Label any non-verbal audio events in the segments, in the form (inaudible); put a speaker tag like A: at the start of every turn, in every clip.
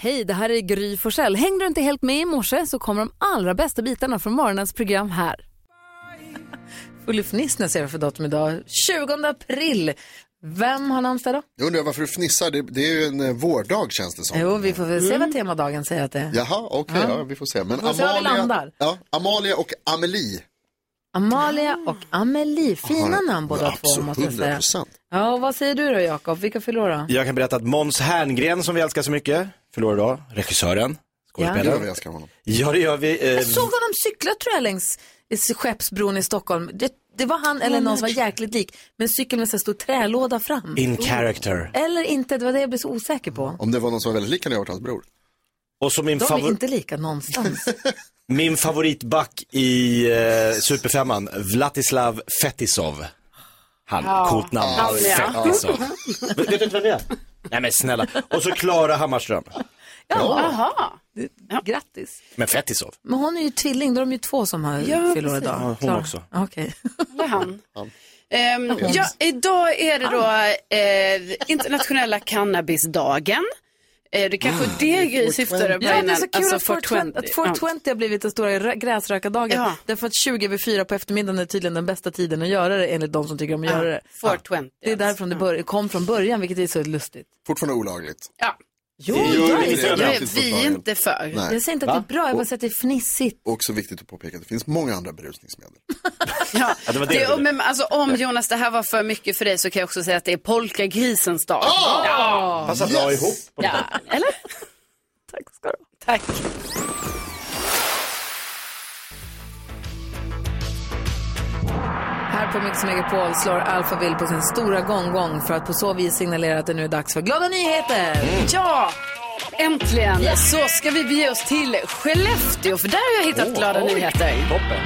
A: Hej, det här är Gry Forssell. Hängde du inte helt med i morse så kommer de allra bästa bitarna från morgonens program här. Full i fnissna ser jag för datum idag. 20 april. Vem har namnsdag då?
B: Jag undrar varför du fnissar. Det, det är ju en eh, vårdag känns det som.
A: Jo, vi får väl se vad temadagen säger att det är.
B: Jaha, okej, ja. vi får se. Men
A: får se var vi
B: Amalia,
A: landar.
B: ja, Amalia och Amelie.
A: Amalia och Amelie. Fina
B: har-
A: namn båda två
B: absolut,
A: måste jag säga.
B: 100%.
A: Ja, och vad säger du då Jakob? Vilka förlorar då?
C: Jag kan berätta att Måns Herngren som vi älskar så mycket, förlorar idag. Regissören,
B: Gud vad
C: skådespelaren.
B: vi
C: Ja,
B: älskar honom.
C: det gör vi. Eh,
A: Jag såg honom cykla tror jag längs Skeppsbron i Stockholm. Det, det var han eller någon som var jäkligt lik. Men cykel med så här stor trälåda fram.
C: in character.
A: Eller inte, det var det jag blev så osäker på.
B: Om det var någon som var väldigt lik hade jag varit hans bror.
C: Och så min,
A: De är
C: favor
A: inte lika
C: (laughs)
A: någonstans.
C: min favoritback i eh, Superfemman, Vladislav Fetisov. Han, coolt namn. Fetisov. Vet vet du inte vem det är? Nej men snälla. Och så Klara Hammarström.
D: Jaha.
A: Grattis.
C: Men Fetisov.
A: Men hon är ju tvilling, då är de ju två som har
D: Ja,
A: fyller år
D: precis.
A: idag.
C: Ja, hon
A: Klar.
C: också.
A: Okej.
D: Det är han. Ehm, ja, idag är det då eh, internationella cannabisdagen. Eh, det kanske är det Gry syftade på
A: Ja, Ah, det är
D: innan.
A: så kul att 420, att 420 har blivit den stora rö- gräsrökardagen.
D: Ja.
A: Därför att 20 över 4 på eftermiddagen är tydligen den bästa tiden att göra det enligt de som tycker om att göra det.
D: Ja, 420.
A: Det är därifrån det bör- kom från början, vilket är så lustigt.
B: Fortfarande olagligt.
D: Ja.
A: Jo,
B: Det gör
A: jag,
B: inte
A: är-
B: det.
D: Det
B: alltid
D: är vi
B: fått
D: inte för.
B: Nej.
A: jag säger inte att det är bra, jag bara säger att det är fnissigt.
B: Också viktigt att påpeka att det finns många andra berusningsmedel.
D: Ja.
C: Ja, det var det
D: det,
C: du
D: om,
C: ville.
D: men, alltså, om Jonas, det här var för mycket för dig så kan jag också säga att det är polkagrisens dag.
B: Ah!
D: Ja.
C: Passar bra ihop.
D: ja, eller?
A: Tack ska du ha.
D: Tack.
A: Här på Mix Megapol slår Alphaville på sin stora gånggång för att på så vis signalera att det nu är dags för glada nyheter.
D: Ja, äntligen så ska vi bege oss till Skellefteå för där har jag hittat glada nyheter.
C: Toppen.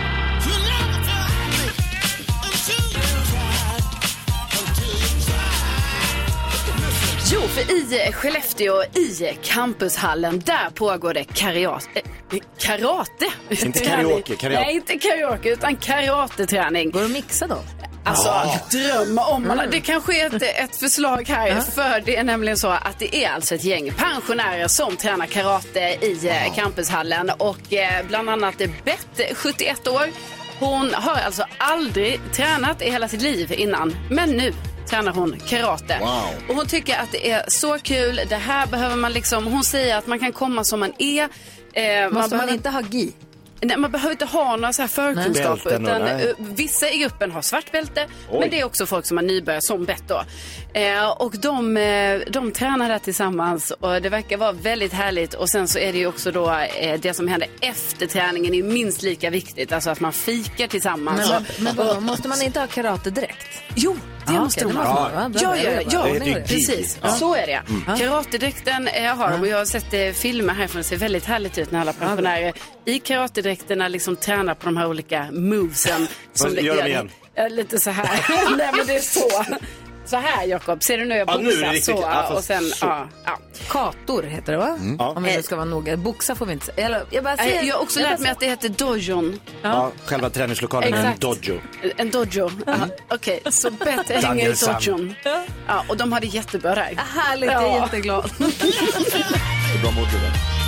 D: Jo, för i Skellefteå, i campushallen, där pågår det kariat, eh, karate.
C: Inte karaoke, karaoke.
D: Nej, inte karaoke, utan karateträning.
A: Går det att mixa då?
D: Alltså, dröm om alla. Det kanske är ett, ett förslag här. För det är nämligen så att det är alltså ett gäng pensionärer som tränar karate i eh, campushallen. Och eh, bland annat eh, Bett, 71 år. Hon har alltså aldrig tränat i hela sitt liv innan. Men nu tränar hon karate.
B: Wow.
D: Och hon tycker att det är så kul. Det här behöver man liksom... Hon säger att man kan komma som man är. Eh, man
A: Måste man
D: behöver-
A: inte ha gi?
D: Nej, man behöver inte ha några så här förkunskaper.
C: Bälten och-
D: Utan,
C: nej.
D: eh, vissa i gruppen har svart bälte,
C: Oj.
D: men det är också folk som har nybörjare som bett. Då. Eh, och de, eh, de tränar där tillsammans och det verkar vara väldigt härligt. Och sen så är det ju också då eh, det som händer efter träningen är minst lika viktigt. Alltså att man fikar
A: Men,
D: tillsammans. Ja.
A: vad- men vadå, måste man inte ha karatedräkt?
D: Jo, det
A: Ja,
D: måste
A: okej,
D: de ha.
A: va? Bra,
D: Ja,
A: bra,
D: ja,
A: bra,
D: ja,
A: bra.
C: Det Mm.
A: Menar
C: är
A: du?
C: dyrt.
D: precis. Så är det. Karatedräkten eh, har de och jag har sett eh, filmer härifrån. Det ser väldigt härligt ut när alla pensionärer i karatedräkterna liksom tränar på de här olika movesen.
C: Fast, gör
D: det
C: dem igen.
D: Ja, Lite så här. (laughs) Nej, men det är så. Så här, Jakob. Ser du nu? Jag
C: Ja, nu är det
D: boxar
C: riktigt.
D: så.
C: Ja, fast
D: och sen,
C: så.
D: Ja, ja.
A: Kator heter det va? Om vi nu ska vara noga. Boxa får vi inte säga. Eller, Jag bara
D: Eh,
A: säger.
D: Jag har också
A: jag bara
D: lärt mig att det heter dojon.
C: Ja, själva träningslokalen är en
D: Exakt.
C: dojo. Mm.
D: En dojo. Ja, Okej, så bättre hänger i
C: Danielsson.
D: dojon. Ja, och de hade jättebra där.
A: säger- Härligt, jag är
D: Ja.
A: jätteglad.
C: Bra motor där.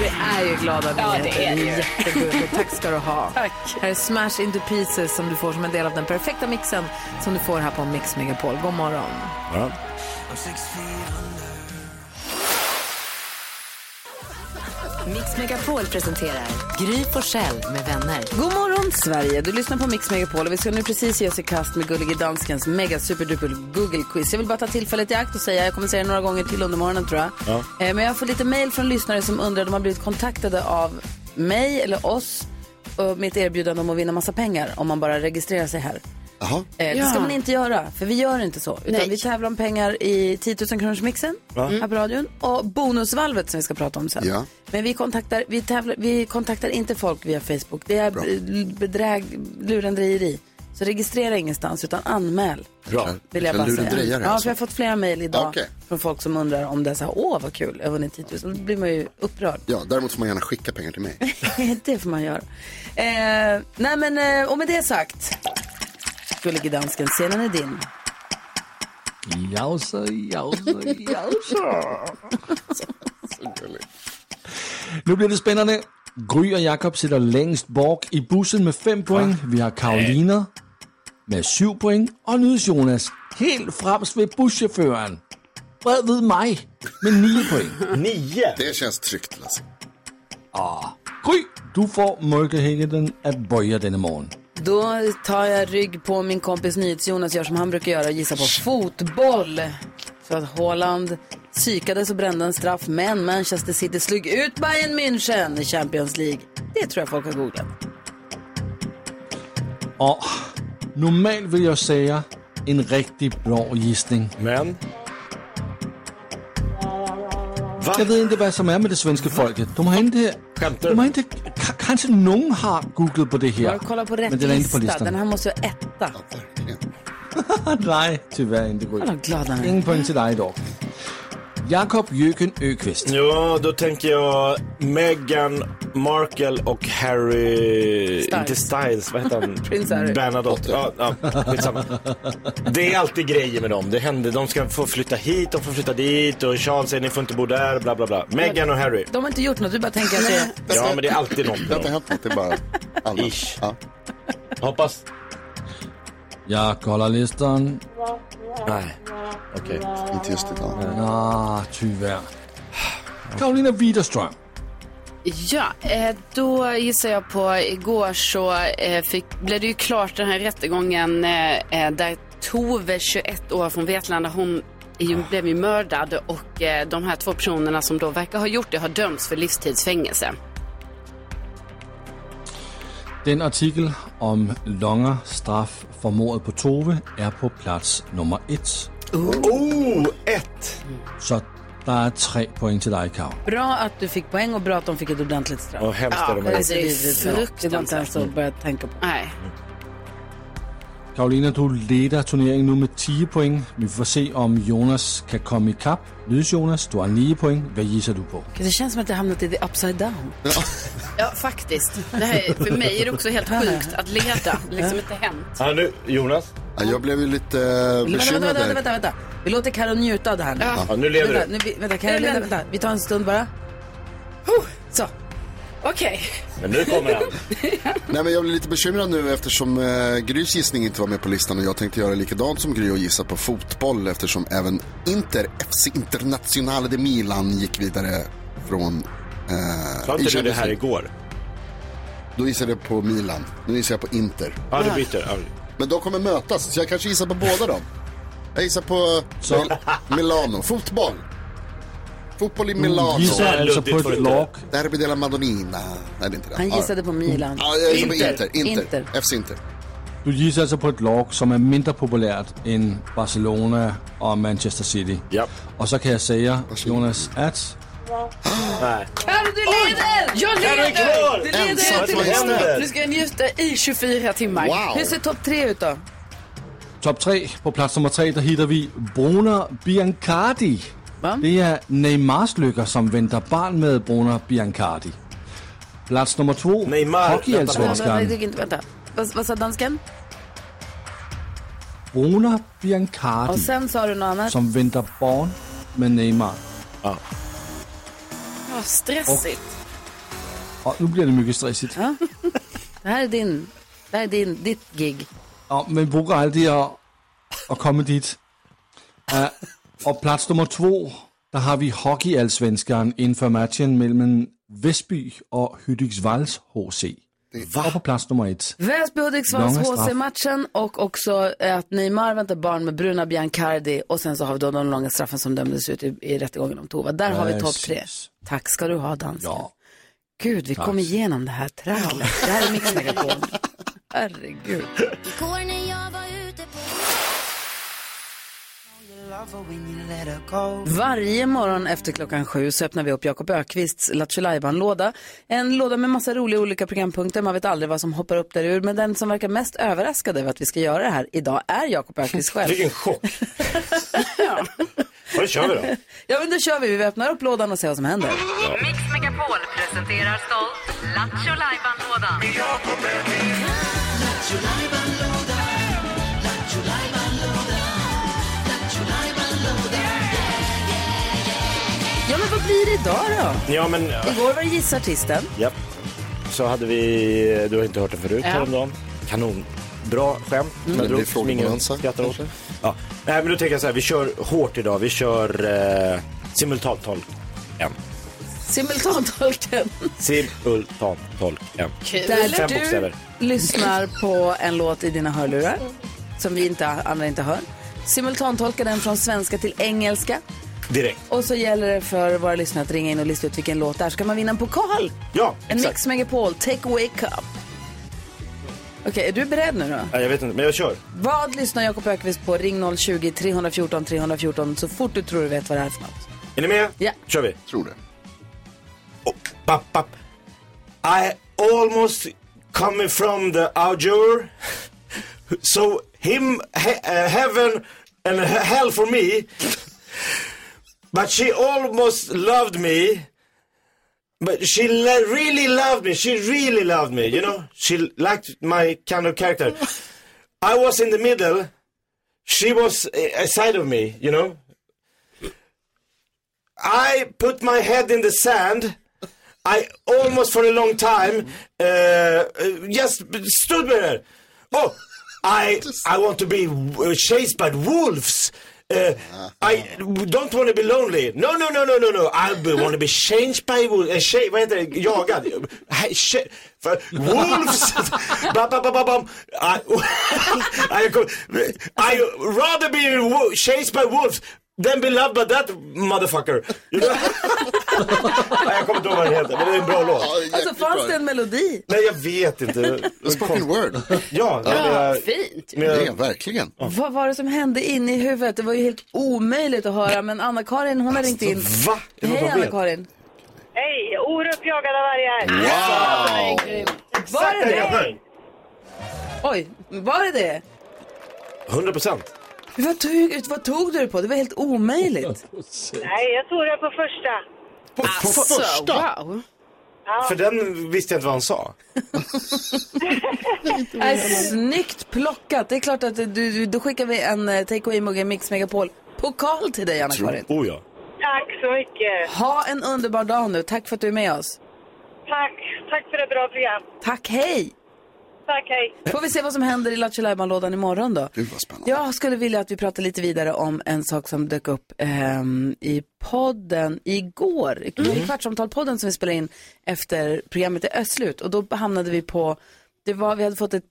A: Vi är ju glada
D: Ja,
A: nyheter.
D: det är det ju.
A: Jättegulligt. Tack ska du ha.
D: Tack.
A: Här är Smash Into Pieces som du får som en del av den perfekta mixen som du får här på Mix Megapol. God morgon.
C: Ja.
E: Mix Megapol presenterar Gry Forssell med vänner.
A: God morgon Sverige. Du lyssnar på Mix Megapol och vi ska nu precis ge oss i kast med Gullige Danskens mega superduper Google quiz. Jag vill bara ta tillfället i akt och säga, jag kommer säga det några gånger till under morgonen tror jag. Eh, Men jag får lite mail från lyssnare som undrar, de har blivit kontaktade av mig eller oss och mitt erbjudande om att vinna massa pengar om man bara registrerar sig här.
B: Jaha.
A: Eh, Det
D: Ja.
A: ska man inte göra, för vi gör inte så. Utan
D: Nej.
A: vi tävlar om pengar i 10 000 kronors mixen här på radion och bonusvalvet som vi ska prata om sen.
B: Ja.
A: Men vi kontaktar, vi, tävlar, vi kontaktar inte folk via Facebook. Det är b- bedräg, lurendrejeri. Så registrera ingenstans utan anmäl.
C: Bra.
A: Vill jag
B: Vilka
A: bara säga.
B: lurendrejare,
A: Ja,
B: alltså.
A: för jag har fått flera mejl idag
B: Okej.
A: från folk som undrar om det är så här, åh vad kul, jag har vunnit 10 000. Då blir man ju upprörd.
B: Ja, däremot får man gärna skicka pengar till mig.
A: det får man göra. Eh, nej men, eh, och med det sagt. Gullige dansken, scenen är din.
F: Jausa, jausa, jausa. Nu bliver det spændende. Gry og Jakob sitter længst bort i bussen med 5 point. Vi har Karolina med 7 point. Og nydes Jonas helt fremst ved buschaufføren. Bred ved mig med 9 point.
C: Nio!
B: Det känns tryggt Lasse.
F: Gry, du får möjligheten at bøje denne morgen.
A: Då tar jag rygg på min kompis NyhetsJonas, gör som han brukar göra och gissar på fotboll. För att Haaland psykades och brände en straff, men Manchester City slog ut Bayern München i Champions League. Det tror jag folk har googlat.
F: Og normalt vil jeg sige en rigtig blå gissning.
C: Men? Va?
F: Jeg ved ikke, hvad som er med det svenske folket. De har ikke...
C: Skämtar
F: De
C: du?
F: har ikke... ka- Kanskje nogen har googlet på det her.
A: Jag kollar på rätt
F: Men den är inte på
A: lista.
F: listan.
A: Den här måste jag etta.
B: Verkligen.
F: Nej, tyvärr inte. Gry.
A: Kolla vad glad han är.
F: Ingen point til dig dog. Jakob Jøken Øqvist.
C: Ja, då tänker jag Meghan Markle och Harry...
A: Styles.
C: Inte Styles, vad heter han?
A: (laughs) Prins Harry.
C: Bernadotte. Ja, ja, skitsamma. det är alltid grejer med dem. Det händer. De ska få flytta hit, de får flytta dit och Charles säger ni får inte bo där, bla bla bla. Meghan och Harry.
A: De har inte gjort något, du bara tänker att det är...
C: Ja, men det är alltid något
B: Det har inte
C: med dem.
B: hänt något, det är bara allmänt.
C: Ish.
B: Ja.
C: Hoppas...
F: Jeg kolder listeren.
C: Nej, okej.
B: Inte just idag.
F: Ah, tyvärr. Karolina Widerström.
D: Ja, eh, då gissar jag på igår så eh, fick, blev det ju klart den här rättegången eh, eh, där Tove, 21 år från Vetlanda, hon är ju, blev ju mördad och eh, de här två personerna som då verkar ha gjort det har dömts för livstidsfängelse.
F: Den artikel om longer straf for mordet på Tove er på plads nummer 1.
C: Oh, ett!
F: Så der er tre point til dig, Kav.
A: Bra att du fick poäng och bra att de fick ett ordentligt straff.
C: Och hemskt är de
A: Det är
C: här.
D: alltså, det är
A: vidrigt. Det går inte ens att börja tänka på.
D: Nej.
F: Karolina, du leder turneringen nu med 10 point. Vi får se, om Jonas kan komme i kap. Lydes Jonas, du har 9 point. Hvad gisser du på?
A: Det känns som att jag hamnat i the upside down.
D: Ja, faktiskt. Det här, är- för mig är det också helt sjukt att leda. Liksom inte hänt.
C: Ja, nu, Jonas.
B: Ja, jag blev ju lite eh,
A: Vänta, vänta,
B: bekymrad
A: vänta,
B: där.
A: vänta, vänta. Vi låter Karo njuta av det här nu.
C: Ja, nu lever
A: Vänta,
C: du.
A: nu, vi- vänta, Karo,
D: Eller-
A: vänta, vänta. Vi tar en stund bara. Huh, Så.
D: Okej.
C: Men nu kommer han.
B: Nej, men jag blir lite bekymrad nu eftersom eh, Grys gissning inte var med på listan och jag tänkte göra likadant som Gry och gissa på fotboll eftersom även Inter, FC Internationale de Milan gick vidare från... Eh,
C: Sa
B: i
C: inte du det
B: Champions
C: här
B: League.
C: igår?
B: Då gissade jag på Milan, nu gissar jag på Inter.
C: Ja, du byter. Ja.
B: Men de kommer mötas, så jag kanske gissar på båda dem. Jag gissar på
F: Så.
B: Mil- Milano. Fotboll! Fotboll i Milano.
F: Gisser
C: Nej,
F: altså
C: Ludvig
F: på
C: får
F: et
C: det ikke.
F: blok.
B: Derby della Madonnina. Nej, det är inte det.
A: Han
B: Ja.
A: gissade på Milan.
B: Ja, jag gissar på
C: Inter.
B: Inter. Inter.
A: Inter.
B: FC Inter.
F: Du gisser altså på et log, som er mindre populært end Barcelona og Manchester City.
C: Ja.
F: Og så kan jeg sige, Jonas, at
C: Nej.
D: Karo, du leder! Jag
C: Karo är
D: leder!
C: kvar!
D: Det leder
B: Ensam
D: jag till
B: på
D: nästa.
C: händer.
D: Nu ska jag njuta i 24 timmar.
B: Wow!
A: Hur ser topp tre ut då?
F: Top 3. På plads nummer 3, der hitter vi Bruno Biancardi.
A: Hvad?
F: Det er Neymars lykker, som venter barn med Bruno Biancardi. Plads nummer 2.
C: Neymar,
A: Vänta, vänta,
F: Hockeyallsvenskeren.
A: det gick inte- Vänta. Vad, vad sa dansken?
F: Bruno
A: Och
F: Biancardi,
A: sen sa du något annat.
F: som venter barn med Neymar.
D: Ja, stressigt.
F: Og nu bliver det mycket stressigt. Ja.
A: Det här är din. Det här är din, ditt gig.
F: Og man bruger aldrig at, at komme dit. Uh, og plads nummer 2, der har vi hockeyallsvenskeren inden for matchen mellem Vestby og Hydiksvalls HC. Og på plads nummer 1.
A: Väsby Hudiksvalls
F: Långa straff.
A: HC-matchen och också eh, att Neymar väntar barn med Bruna Biancardi och sen så har vi då de långa straffen som dömdes ut i, i rättegången om Tova. Där har vi topp
F: Precis.
A: tre. Tack ska du ha dansken.
F: Ja.
A: Gud, vi kom igenom det här tragglet. Det här är Mix Megapol. (laughs) Herregud.
G: Igår när jag var ute på...
A: Varje morgon efter klockan sju så öppnar vi upp Jakob Ökvists Lattjo låda En låda med massa roliga olika programpunkter. Man vet aldrig vad som hoppar upp där ur. Men den som verkar mest överraskad över att vi ska göra det här idag är Jakob Ökvist själv.
C: (laughs) Vilken chock. Ja, det kör vi då.
A: Ja, men då kör vi. Vi öppnar upp lådan och ser vad som händer.
E: Mix Megapol presenterar stolt Lattjo Lajban-lådan.
A: Ja, men vad blir det idag då?
C: Ja, men... ja.
A: Igår var det Gissa Artisten.
C: Japp. Så hade vi, du har inte hört det förut
D: Ja.
C: häromdagen. Kanon. Bra skämt. Mm.
B: Det blir frågebalanser,
C: skrattar åt.
B: kanske.
C: Ja. Nej, men då tänker jag så här, vi kör hårt idag. Vi kör eh, simultantolk. En. (laughs)
A: Simultantolken.
C: Simultantolk. En.
A: Där
C: Fem
A: du
C: bokstäver.
A: lyssnar på en låt i dina hörlurar som vi inte, andra inte hör. Simultantolkar den från svenska till engelska.
C: Direkt.
A: Och så gäller det för våra lyssnare att ringa in och lista ut vilken låt det är. Så kan man vinna en pokal.
C: Ja,
A: En
C: exakt.
A: Mix Megapol, Take Wake Up. Okej, är du beredd nu då?
C: Ja, jag vet inte, men jag kör.
A: Vad lyssnar Jakob Ökvist på? Ring 020-314 314 så fort du tror du vet vad det är för något.
C: Är ni med?
A: Ja.
C: kör vi.
B: Tror det.
C: Oh, pop, pop. I almost coming from the Azure. (laughs) So him he, uh, heaven and he- hell for me. But she almost loved me. But she le- really loved me. She really loved me. You know, she liked my kind of character. I was in the middle. She was uh, a- aside of me. You know. I put my head in the sand. I almost for a long time uh, uh, just b- stood there. Oh, I I want to be w- chased by wolves. Uh, I w- don't want to be lonely. No, no, no, no, no, no. I want to be changed by wolves. Uh, cha- vad heter det? Jagad. Hey, cha- för- wolves. ba, ba, ba, ba, bam. I, (laughs) I, go- I rather be wo- chased by wolves than be loved by that motherfucker. You know? (laughs) Nej, jag kommer inte ihåg vad den heter, men det är en bra låt.
A: Alltså fanns det en melodi?
C: Nej, jag vet inte.
B: Spoken word.
C: Ja, det är...
D: Fint.
C: Men
B: Det
C: jag,
B: är verkligen.
A: Vad var det som hände inne i huvudet? Det var ju helt omöjligt att höra, men Anna-Karin hon har ringt in.
C: Alltså, va? Är det någon
A: Hej
C: som vet?
A: Anna-Karin.
H: Hej, Orup jagade vargar.
I: Mm.
B: Wow!
A: Var det
C: Nej, jag
A: det?
C: sjöng.
A: Oj, var det det?
C: 100 procent.
A: Vad tog, vad tog du det på? Det var helt omöjligt.
H: Nej, jag tog det på första.
C: På, på första?
D: Wow.
C: För den visste jag inte vad han sa.
A: Äh, snyggt plockat. Det är klart att du- du, då skickar vi en eh, take away-mugg, en Mix Megapol-pokal till dig Anna-Karin.
C: Oh ja.
H: Tack så mycket.
A: Ha en underbar dag nu. Tack för att du är med oss.
H: Tack. Tack för ett bra program.
A: Tack, hej!
H: Tack, hej.
A: Får vi se vad som händer i Lattjo Lajban-lådan imorgon då?
B: Gud vad spännande.
A: Jag skulle vilja att vi pratar lite vidare om en sak som dök upp ehm, i podden igår. I Kvartsamtal-podden som vi spelade in efter programmet är slut. Och då hamnade vi på, det var, vi hade fått ett,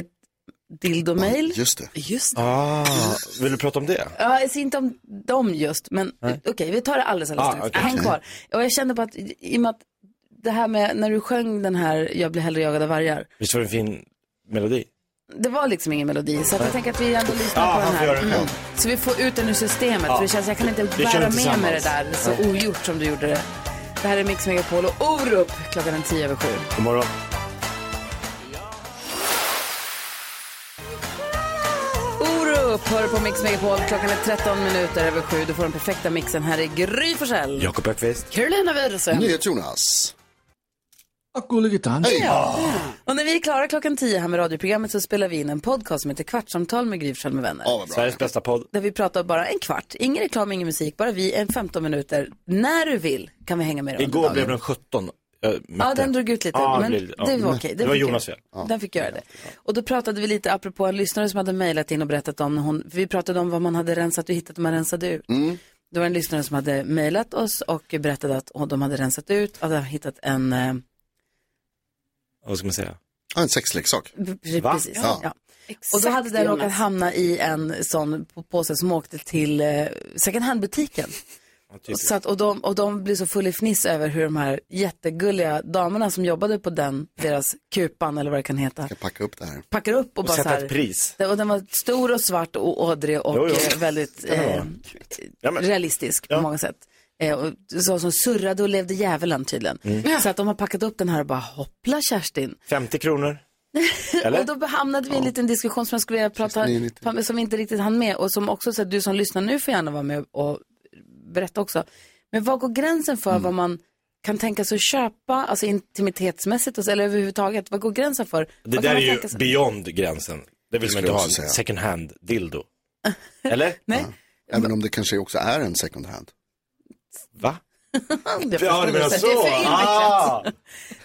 A: ett dildo-mail.
B: Just det.
A: Just
C: Ah, vill du prata om det?
A: Ja, jag ser inte om dem just, men eh, okej, vi tar det alldeles, alldeles
C: Ah,
A: strax.
C: okej.
A: Häng kvar. Och jag kände på att, i- i och med att det här med när du sjöng den här Jag blir hellre jagad av vargar,
C: Visst var det en fin melodi? Ah,
A: det var liksom ingen melodi, så att jag tänker att vi ändå lyssnar
C: Ja,
A: på den
C: han får göra
A: här.
C: det själv.
A: Så vi får ut den ur systemet, för det känns, jag kan inte
C: kör
A: bära med
C: tillsammans.
A: mig det där så ogjort som du gjorde det. Det här är Mix Megapol och Orup, klockan är tio över sju.
C: God morgon.
A: Orup hör på Mix Megapol, klockan är 13 minuter över sju. Du får den perfekta mixen här i Gry Forssell.
C: Jakob Öqvist.
D: Carolina Widerström.
B: NyhetsJonas.
F: Og gullige dans.
A: Och när vi är klara klockan 10 här med radioprogrammet så spelar vi in en podcast som heter Kvartsamtal med Gry Forssell med vänner.
B: Ja, vad bra.
C: Sveriges bästa podd.
A: Där vi pratar bara en kvart, ingen reklam, ingen musik, bara vi en 15 minuter. När du vill kan vi hänga med dig.
C: Igår blev den 17. Jag mätte.
A: Ja, den drog ut lite,
C: Ja,
A: men
C: det blev- ja.
A: det var okej.
C: Det
A: Den
C: var
A: fick
C: Jonas
A: göra-
C: fel.
A: Den fick göra det. Och då pratade vi lite apropå en lyssnare som hade mejlat in och berättat om, när hon, vi pratade om vad man hade rensat och hittat och man rensade ut.
C: Mm.
A: Det var en lyssnare som hade mejlat oss och berättade att oh, de hade rensat ut och hade hittat en, eh,
C: Vad ska man säga?
B: Ja, en sexleksak.
C: Va?
A: precis,
B: Ja.
A: ja. Och då hade den råkat hamna i en sån på- påse som åkte till eh, second hand-butiken. Så att, och, de, och de blev så full i fniss över hur de här jättegulliga damerna som jobbade på den, deras kupan eller vad det kan heta,
B: Jag packar upp det här.
A: packar upp och, bara så
C: Sätta
A: här,
C: ett pris.
A: Det- Och den var stor och svart och ådrig och
C: Jo, jo.
A: eh, väldigt eh,
C: Ja, men-
A: realistisk på många sätt. Eh, och så, som surrade och levde djävulen tydligen.
C: Mm.
A: Så att de har packat upp den här och bara hoppla Kerstin.
C: 50 (laughs) kronor.
A: Och
C: Eller?
A: då hamnade vi i en liten diskussion som jag skulle vilja prata,
B: 69.
A: som vi inte riktigt hann med och som också, så att du som lyssnar nu får gärna vara med och berätta också. Men vad går gränsen för
B: Mm.
A: vad man kan tänka sig att köpa, alltså intimitetsmässigt och så- eller överhuvudtaget, vad går gränsen för?
C: Det
A: vad kan
C: där är
A: man
C: ju
A: tänka sig?
C: beyond gränsen. Det vill man
B: skulle
C: inte
B: jag
C: ha.
B: också säga.
A: (laughs)
C: Second hand dildo. Eller?
A: Nej,
B: Även om det kanske också är en second hand.
C: Va?
A: Det (laughs)
C: Ja, alltså- det menar
A: förstår
C: så.
A: jag.
C: Ah!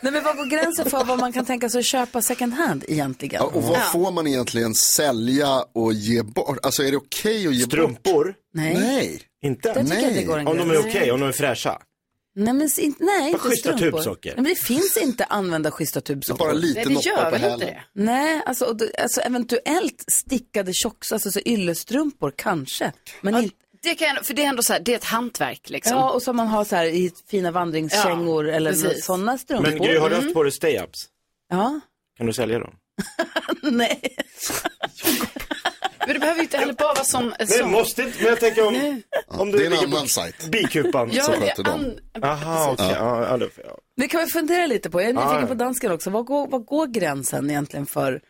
A: Nej, men vad går gränsen för vad man kan tänka sig att köpa second hand egentligen?
B: Ja, och vad får man egentligen sälja och ge bort? Alltså är det okej att ge bort?
C: Strumpor?
A: Nej,
B: Nej.
A: jag
C: Inte?
A: tycker
B: Nej.
A: att det går en
C: Om
A: gräns.
C: de är okej, om de är fräscha.
A: Nej, men s- inte- nej, inte
C: schyssta
A: strumpor.
C: tubsockor.
A: Nej, men det finns inte använda schyssta
B: Det är bara
A: tubsockor.
B: lite
D: Nej, det
B: noppar
D: gör
B: på
D: väl inte
B: hälen.
D: det?
A: Nej, alltså, och då- alltså eventuellt stickade tjock, alltså så yllestrumpor kanske. Men inte,
D: Det kan jag, för det är ändå så här, det är ett hantverk liksom.
A: ja, och som man har så här i fina vandringskängor eller
D: precis.
A: sådana strumpor. Mm.
C: Men Gry, har du haft på dig stay-ups?
A: Ja, (laughs)
C: Kan du sälja dem?
A: nej.
D: Men det behöver ju inte heller bara vara som... som...
C: måste inte, men jag tänker om, om
B: Det är en annan sajt.
C: bikupan.
D: ja,
B: så
D: det är
B: sköter de.
D: an-
C: Aha, okej. Ja. Ja, då får jag-
A: Det kan vi fundera lite på. Jag är nyfiken
C: ja.
A: på dansken också. Vad går, vad går gränsen egentligen för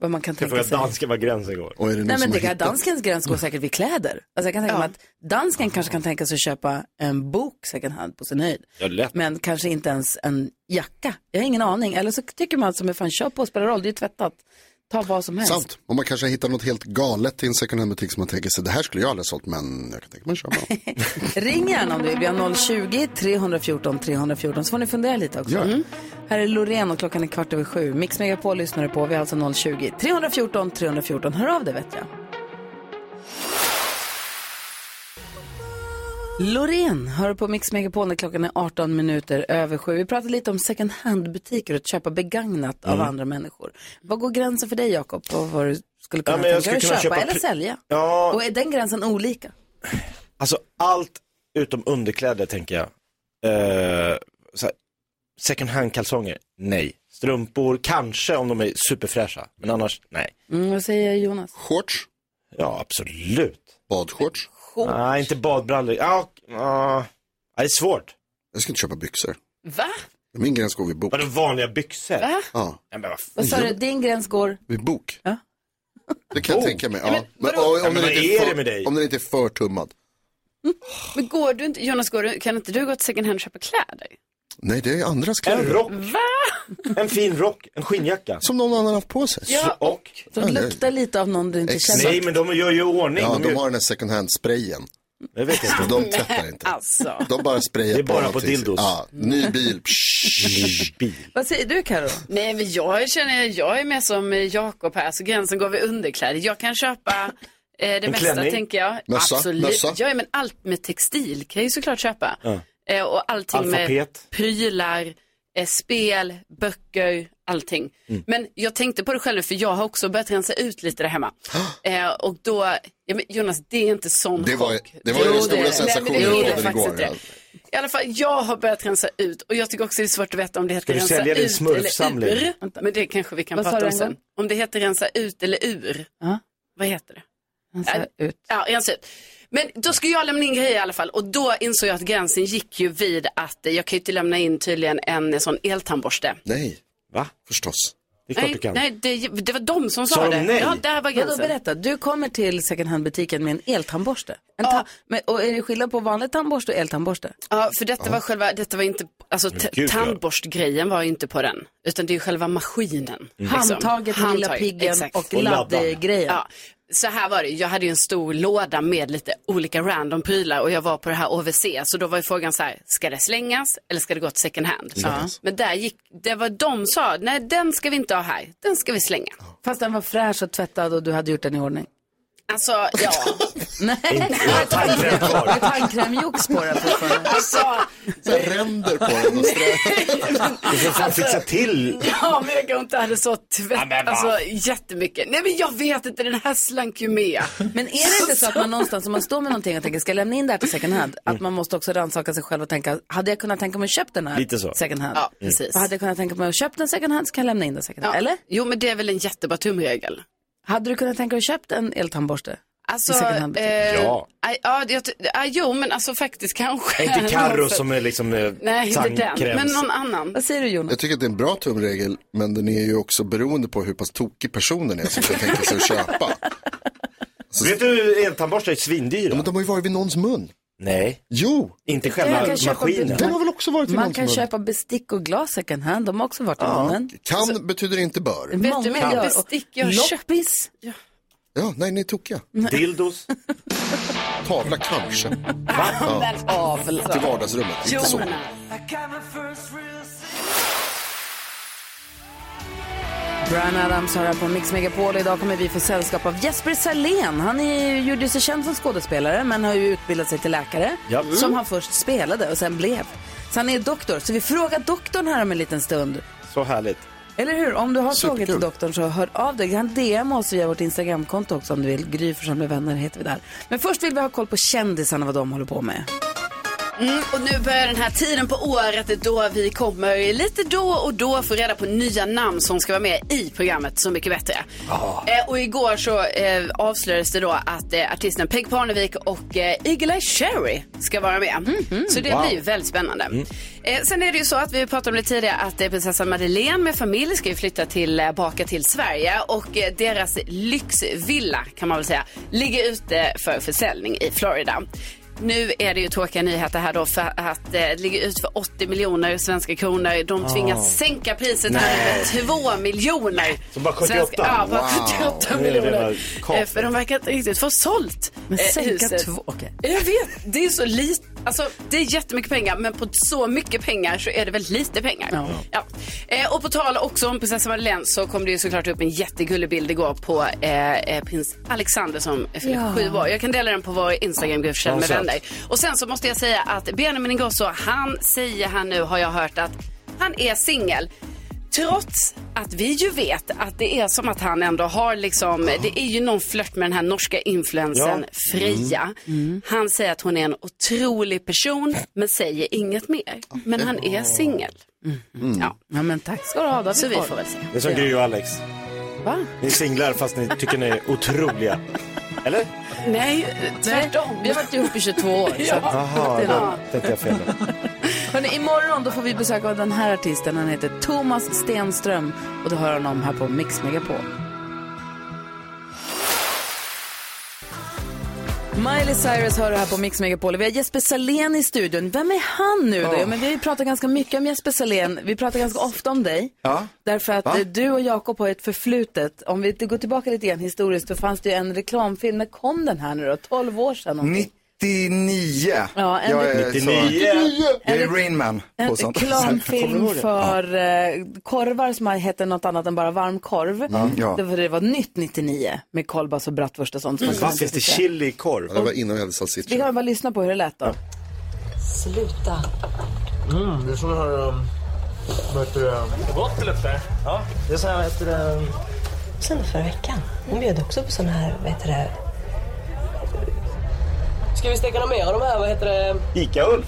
A: vad man kan
C: jag
A: tänka
C: frågar
A: sig?
C: dansken var gränsen går.
B: Och är det någon
A: Nej men
B: som
A: det
B: har
A: kan,
B: hittat?
A: danskens gräns går säkert vid kläder. Alltså jag kan tänka mig att dansken kanske kan tänka sig att köpa en bok second hand på sin höjd.
C: Ja, lätt.
A: Men kanske inte ens en jacka. Jag har ingen aning. Eller så tycker man som är fan, kör på, spelar roll, det är ju tvättat. Ta vad som helst.
B: Sant. Och man kanske hittar något helt galet i en second hand-butik som man tänker sig, det här skulle jag aldrig ha sålt, men jag kan tänka mig att köpa.
A: Ring gärna om du vill. Vi har 020-314 314 så får ni fundera lite också.
B: Gör det.
C: Mm.
A: Här är Loreen och klockan är kvart över sju. Mix Megapol lyssnar du på. Vi har alltså 020-314 314. Hör av dig vet jag. Loreen hör på Mix Megapol när klockan är 18 minuter över sju. Vi pratade lite om second hand-butiker och att köpa begagnat
C: Mm.
A: av andra människor. Vad går gränsen för dig Jakob på vad du skulle kunna
C: Ja, men
A: tänka
C: jag
A: dig att
C: skulle
A: köpa,
C: kunna köpa
A: eller
C: pri-
A: sälja?
C: Ja.
A: Och är den gränsen olika?
C: Alltså allt utom underkläder tänker jag. Eh, så här, second hand kalsonger, nej. Strumpor, kanske om de är superfräscha. Men annars, nej.
A: Mm, vad säger Jonas?
B: Shorts,
C: Ja, absolut.
B: badshorts.
C: Nej,
B: Ah.
C: inte badbrallor. Ja, och- ja. det är svårt.
B: Jag ska inte köpa byxor.
D: Va?
B: Min gräns går vid bok.
C: Vadå vanliga byxor?
D: Va?
B: Ja,
C: Nej, men vad fan.
A: Vad sa du, din gräns går?
B: vid bok.
A: Ja.
B: Det kan jag
C: Bok?
B: tänka mig.
D: men
B: Ja. Men,
D: vadå?
B: och-
C: Ja,
B: om,
C: men
B: den
C: vad
B: inte
C: är det
B: för-
C: med dig?
B: om den inte är för tummad.
D: Men går du inte, Jonas, går du, kan inte du gå till second hand och köpa kläder?
B: Nej, det är andras
C: En
B: kläder.
C: rock. En fin rock, en skinnjacka.
B: Som någon annan har haft på sig.
C: Så- och?
A: Så
B: nej.
A: luktar lite av någon du inte
B: Exakt.
A: känner.
C: Nej, men de gör ju i ordning.
B: Ja,
C: de
B: de
C: gör...
B: har den här second hand-sprayen.
C: Jag vet inte.
B: De tvättar inte.
D: Alltså. Mm.
B: De bara sprayar
C: Det är bara på
B: någonting.
C: dildos.
B: Ja, ny bil.
D: (laughs)
B: Psh.
C: Bil.
A: Vad säger du Karo?
D: Nej, men jag känner, jag är med som eh, Jakob här, så gränsen går vid underkläder. Jag kan köpa eh, det
C: En
D: mesta,
C: klänning?
D: tänker jag.
B: Mössa?
D: Absolut.
B: Mössa?
D: Ja, men allt med textil kan jag ju såklart köpa. Eh, och allting med
C: Alfapet.
D: prylar, eh, spel, böcker, allting.
B: Mm.
D: Men jag tänkte på det själv, för jag har också börjat rensa ut lite där
B: (gasps)
D: hemma. Eh, och då, ja, men Jonas, det är inte sån
B: Det var,
D: chock.
B: det var ju den
D: Jo,
B: stora
D: är- Nej, men det är
B: sensationen
D: det
B: på
D: faktiskt
B: igår.
D: inte. I alla fall, jag har börjat rensa ut och jag tycker också det är svårt att veta om det heter
C: du
D: rensa
C: sälja din
D: ut
C: smurfsamling?
D: eller ur. Vänta, Men det kanske vi kan
A: Vad sa
D: prata
A: du
D: om
A: en
D: sen.
A: gång?
D: Om det heter rensa ut eller ur.
A: Ja.
D: Vad heter det?
A: Han sa eh, ut.
D: Äh, Ja, rensa ut. Men då skulle jag lämna in grejer i alla fall och då insåg jag att gränsen gick ju vid att eh, jag kan ju inte lämna in tydligen en eh, sån eltandborste.
B: Nej,
C: Va?
B: förstås.
C: Det är klart
D: Nej,
C: du kan.
D: nej det, det var de som sa,
C: Sa de
D: det.
C: nej?
D: Ja, där var
A: Vadå,
D: gränsen.
A: berätta. Du kommer till second hand-butiken med en eltandborste. En ta- men, och är det skillnad på vanlig tandborste och
C: Mm.
A: eltandborste?
D: Ja, för detta var själva, detta var inte, alltså t-
C: gud, ja.
D: tandborstgrejen var ju inte på den. Utan det är ju själva maskinen. liksom.
A: Handtaget, med lilla
D: Handtaget,
A: piggen
D: exakt.
A: och,
C: Och labban.
A: laddgrejen.
D: Ja, så här var det, jag hade ju en stor låda med lite olika random prylar och jag var på det här OVC, så då var ju frågan så här, ska det slängas eller ska det gå till second hand? Men där gick, det var de sa, nej den ska vi inte ha här, den ska vi slänga.
A: Fast den var fräsch och tvättad och du hade gjort den i ordning.
D: Alltså,
A: (laughs)
D: ja,
A: Nej,
C: Ja, tandkräm kvar.
A: det är tandkrämjox på den fortfarande.
D: (laughs) alltså,
B: Så här ränder på den och
D: (laughs)
B: strö.
C: Du får fan fixa till.
D: ja men jag kanske inte hade så
C: Ja,
D: tvätt,
C: men va?
D: alltså jättemycket. Nej men jag vet inte, den här slank
A: (laughs)
D: ju med.
A: Men är det inte så att man någonstans, om man står med någonting och tänker, ska jag lämna in det här till second hand? Att man måste också rannsaka sig själv och tänka, hade jag kunnat tänka mig att köpa den här
C: Lite så.
A: second hand? Mm.
D: Ja, precis.
A: Och hade jag kunnat tänka mig att köpa den second hand så kan jag lämna in den second hand.
D: Ja.
A: Eller?
D: Jo men det är väl en jättebra tumregel.
A: Hade du kunnat tänka dig att köpa en eltandborste?
D: Alltså,
A: I second hand-butik.
C: Ja.
D: aj, ja, jag ty- aj, jo men alltså faktiskt kanske.
C: Inte Carro som är liksom eh,
D: Nej, inte den, men
C: tandkräms-
D: någon annan.
A: Vad säger du Jonas?
B: Jag tycker att det är en bra tumregel, men den är ju också beroende på hur pass tokig personen är som kan tänka sig att köpa.
C: Vet du, eltandborstar är svindyra.
B: Men de har ju varit vid någons mun.
C: Nej,
B: Jo,
C: inte
A: Jag
C: själva
A: kan köpa
C: maskinen.
A: bilder.
B: den har väl också varit vid
A: Man
B: någons
A: kan
B: mun.
A: köpa bestick och glas second hand, de har också varit i munnen.
B: Kan betyder inte bör.
A: Många
D: du vilket
A: gör.
D: bestick jag har
A: Loppis,
B: Ja, nej, ni är tokiga.
C: Dildos.
B: Tavla kanske. Ja, till vardagsrummet. Inte så.
A: Brian Adams har här på Mix Megapol. Idag kommer vi få sällskap av Jesper Salén. Han är, gjorde sig känd som skådespelare men har ju utbildat sig till läkare.
C: Ja.
A: Som han först spelade och sen blev. Så han är doktor. Så vi frågar doktorn här om en liten stund.
C: Så härligt.
A: Eller hur? Om du har frågor
B: Superkul.
A: till doktorn så hör av dig. Han DM oss via vårt Instagramkonto också om du vill. Gry Forssell med vänner heter vi där. Men först vill vi ha koll på kändisarna, vad de håller på med.
D: Mm, och nu börjar den här tiden på året då vi kommer lite då och då få reda på nya namn som ska vara med i programmet Så mycket bättre. Eh, och igår så eh, avslöjades det då att eh, artisten Peg Parnevik och eh, Eagle-Eye Cherry ska vara med.
C: Mhm.
D: Så det blir ju väldigt spännande.
C: Mm.
D: Eh, sen är det ju så att vi pratade om det tidigare att eh, prinsessa Madeleine med familj ska ju flytta tillbaka till Sverige och eh, deras lyxvilla kan man väl säga ligger ute för försäljning i Florida. Nu är det ju tråkiga nyheter här då för att eh, det ligger ut för 80 miljoner svenska kronor. De tvingas sänka priset här med 2 miljoner.
C: Ah. Så bara 78?
D: Svenska, ja, (laughs) bara 78
C: Nu är det
D: miljoner.
C: väl kap.
D: Eh, För de verkar inte riktigt få sålt
A: Men
D: eh,
A: sänka
D: huset. Eh,
A: två... Okej.
D: Jag vet, det är så lite. Alltså, det är jättemycket pengar, men på så mycket pengar så är det väldigt lite pengar. Ja. Eh, och på tal också om prinsessa Madeleine så kom det ju såklart upp en jättegullig bild igår på eh, eh, prins Alexander som fyller sju år. Jag kan dela den på vår Instagram-grupp, Känn med
C: Ja,
D: vänner. Och sen så måste jag säga att Benjamin Ingrosso, han säger här nu, har jag hört, att han är singel. Trots att vi ju vet att det är som att han ändå har liksom, det är ju någon flört med den här norska influensen Freja.
J: Mm.
D: Han säger att hon är en otrolig person men säger inget mer. Men han är singel. Ja.
A: Ja, men tack ska du ha. Då
D: Så vi får väl se.
C: Det är som Gry och Alex.
A: Va?
C: Ni är singlar fast ni tycker ni är otroliga. Eller?
D: Nej, tvärtom.
A: Vi har varit ihop i 22 (laughs) år. så att-
C: Jaha, då tänkte jag fel.
A: Hörrni, imorgon då får vi besök av den här artisten. Han heter Thomas Stenström och du hör honom här på Mix Megapol. Miley Cyrus hör du här på Mix Megapol. Vi har Jesper Salén i studion. Vem är han nu då? Ja, men vi har ju pratat ganska mycket om Jesper Salén. Vi pratar ganska ofta om dig.
B: Ja.
A: Därför att
B: Va?
A: eh, du och Jakob har ju ett förflutet. Om vi går tillbaka lite grann historiskt så fanns det ju en reklamfilm. När kom den här nu då? 12 år sedan? någonting.
J: 99.
A: Ja, en
J: jag är,
C: 99.
J: Så, jag är Rain Man på
A: En
J: sånt.
A: reklamfilm för eh, korvar som hette något annat än bara varmkorv.
J: ja.
A: Det, var, det var nytt 99 med kolbas och bratwurst och sånt. som man kunde
C: Mm. Vad finns det
A: se.
C: chili i korv?
B: Ja, det var innan vi hade
A: Vi
B: salsiccia.
A: kan bara lyssna på hur det lät då.
E: Sluta.
I: Mm, det är sån här... Um, vad heter det? Gott det luktar. Ja. Det är så här, vad heter det? um,
E: Sen förra veckan. Hon bjöd också på sån här, vad heter det?
I: Ska vi steka några mer av de här, vad heter det?
C: Ica-Ulf?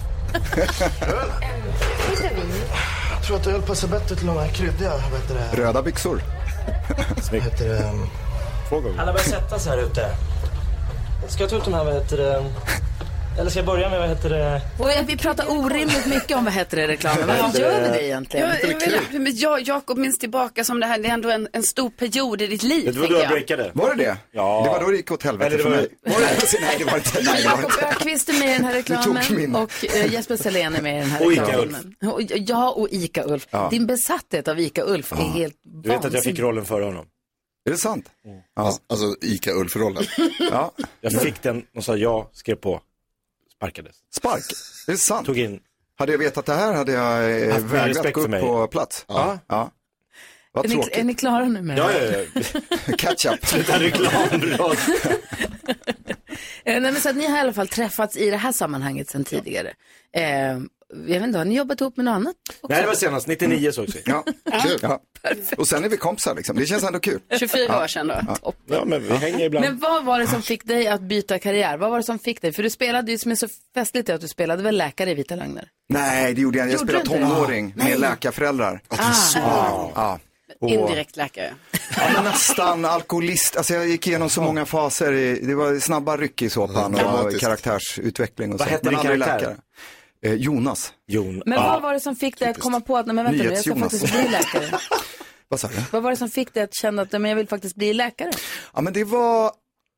I: Jag tror att öl passar bättre till de här kryddiga, vad heter det?
J: Röda byxor.
I: Vad heter det? um,
C: Två gånger.
I: Alla börjar sätta sig här ute. Ska jag ta ut de här, vad heter det? um, Eller ska jag börja med, vad heter det?
A: Och att vi pratar orimligt mycket om vad heter det i reklamen. Varför gör vi det egentligen?
D: Jag, jag, vill- men jag, Jakob minns tillbaka som det här, det är ändå en, en stor period i ditt liv.
C: Det var då
D: tänker
C: jag
D: jag.
C: breakade.
J: Var det det?
C: Ja.
J: Det var då det gick åt helvete
C: Eller det
J: för
C: var-
J: mig. Var det? (laughs) Nej, det var inte. Nej, det var
A: Jakob
J: inte.
A: Ökvist är med i den här
J: tog
A: reklamen
J: min.
A: och eh, Jesper Selén är med i den här
C: Och Ica
A: reklamen. Och Ja, och Ica-Ulf. Din besatthet av Ica-Ulf är helt
C: Du vet att jag fick rollen före honom.
J: Är det sant?
B: Ja, alltså Ica-Ulf-rollen.
J: Ja.
C: Jag fick den och sa ja, skrev på, sparkades.
J: Spark. Är det sant?
C: Tog in.
J: Hade jag vetat det här hade jag eh,
C: Haft mer
J: vägrat
C: respekt
J: gå
C: för
J: upp
C: mig.
J: på plats. Ja. ja. Vad
A: Är ni, är
J: tråkigt.
A: ni klara nu med det?
C: Ja, ja, ja.
J: Catch up.
C: Sluta reklamblad.
A: Eh, Nej, men så att ni har i alla fall träffats i det här sammanhanget sedan tidigare. Eh, jag vet inte, har ni jobbat ihop med något annat? också?
C: Nej, det var senast. 99 sågs vi.
J: Ja. Ja. Och sen är vi kompisar liksom. Det känns ändå kul.
D: 24 år sedan då.
C: Ja, men vi hänger
A: Men
C: ibland.
A: vad var det som fick dig att byta karriär? Vad var det som fick dig? För du spelade ju, som är så festligt är att du spelade väl läkare i Vita Lögner?
J: Nej, det gjorde jag inte. Jag
A: Gjorde
J: spelade
A: du inte?
J: tonåring med läkarföräldrar. Ja.
D: Indirekt läkare.
J: Ja, men nästan alkoholist. Alltså jag gick igenom så många faser. i- Det var snabba ryck i såpan och
B: Dramatiskt.
J: karaktärsutveckling och så.
C: Vad hette
J: Men
C: din
J: aldrig
C: karaktär?
J: läkare. Eh, Jonas.
C: Jon.
A: Men
C: ja.
A: vad var det som fick dig att komma på att, nej men vänta nu, jag ska
J: Nyhets-Jonas.
A: faktiskt bli läkare?
J: Vad sa du?
A: vad var det som fick dig att känna att, nej men jag vill faktiskt bli läkare?
J: Ja, men det var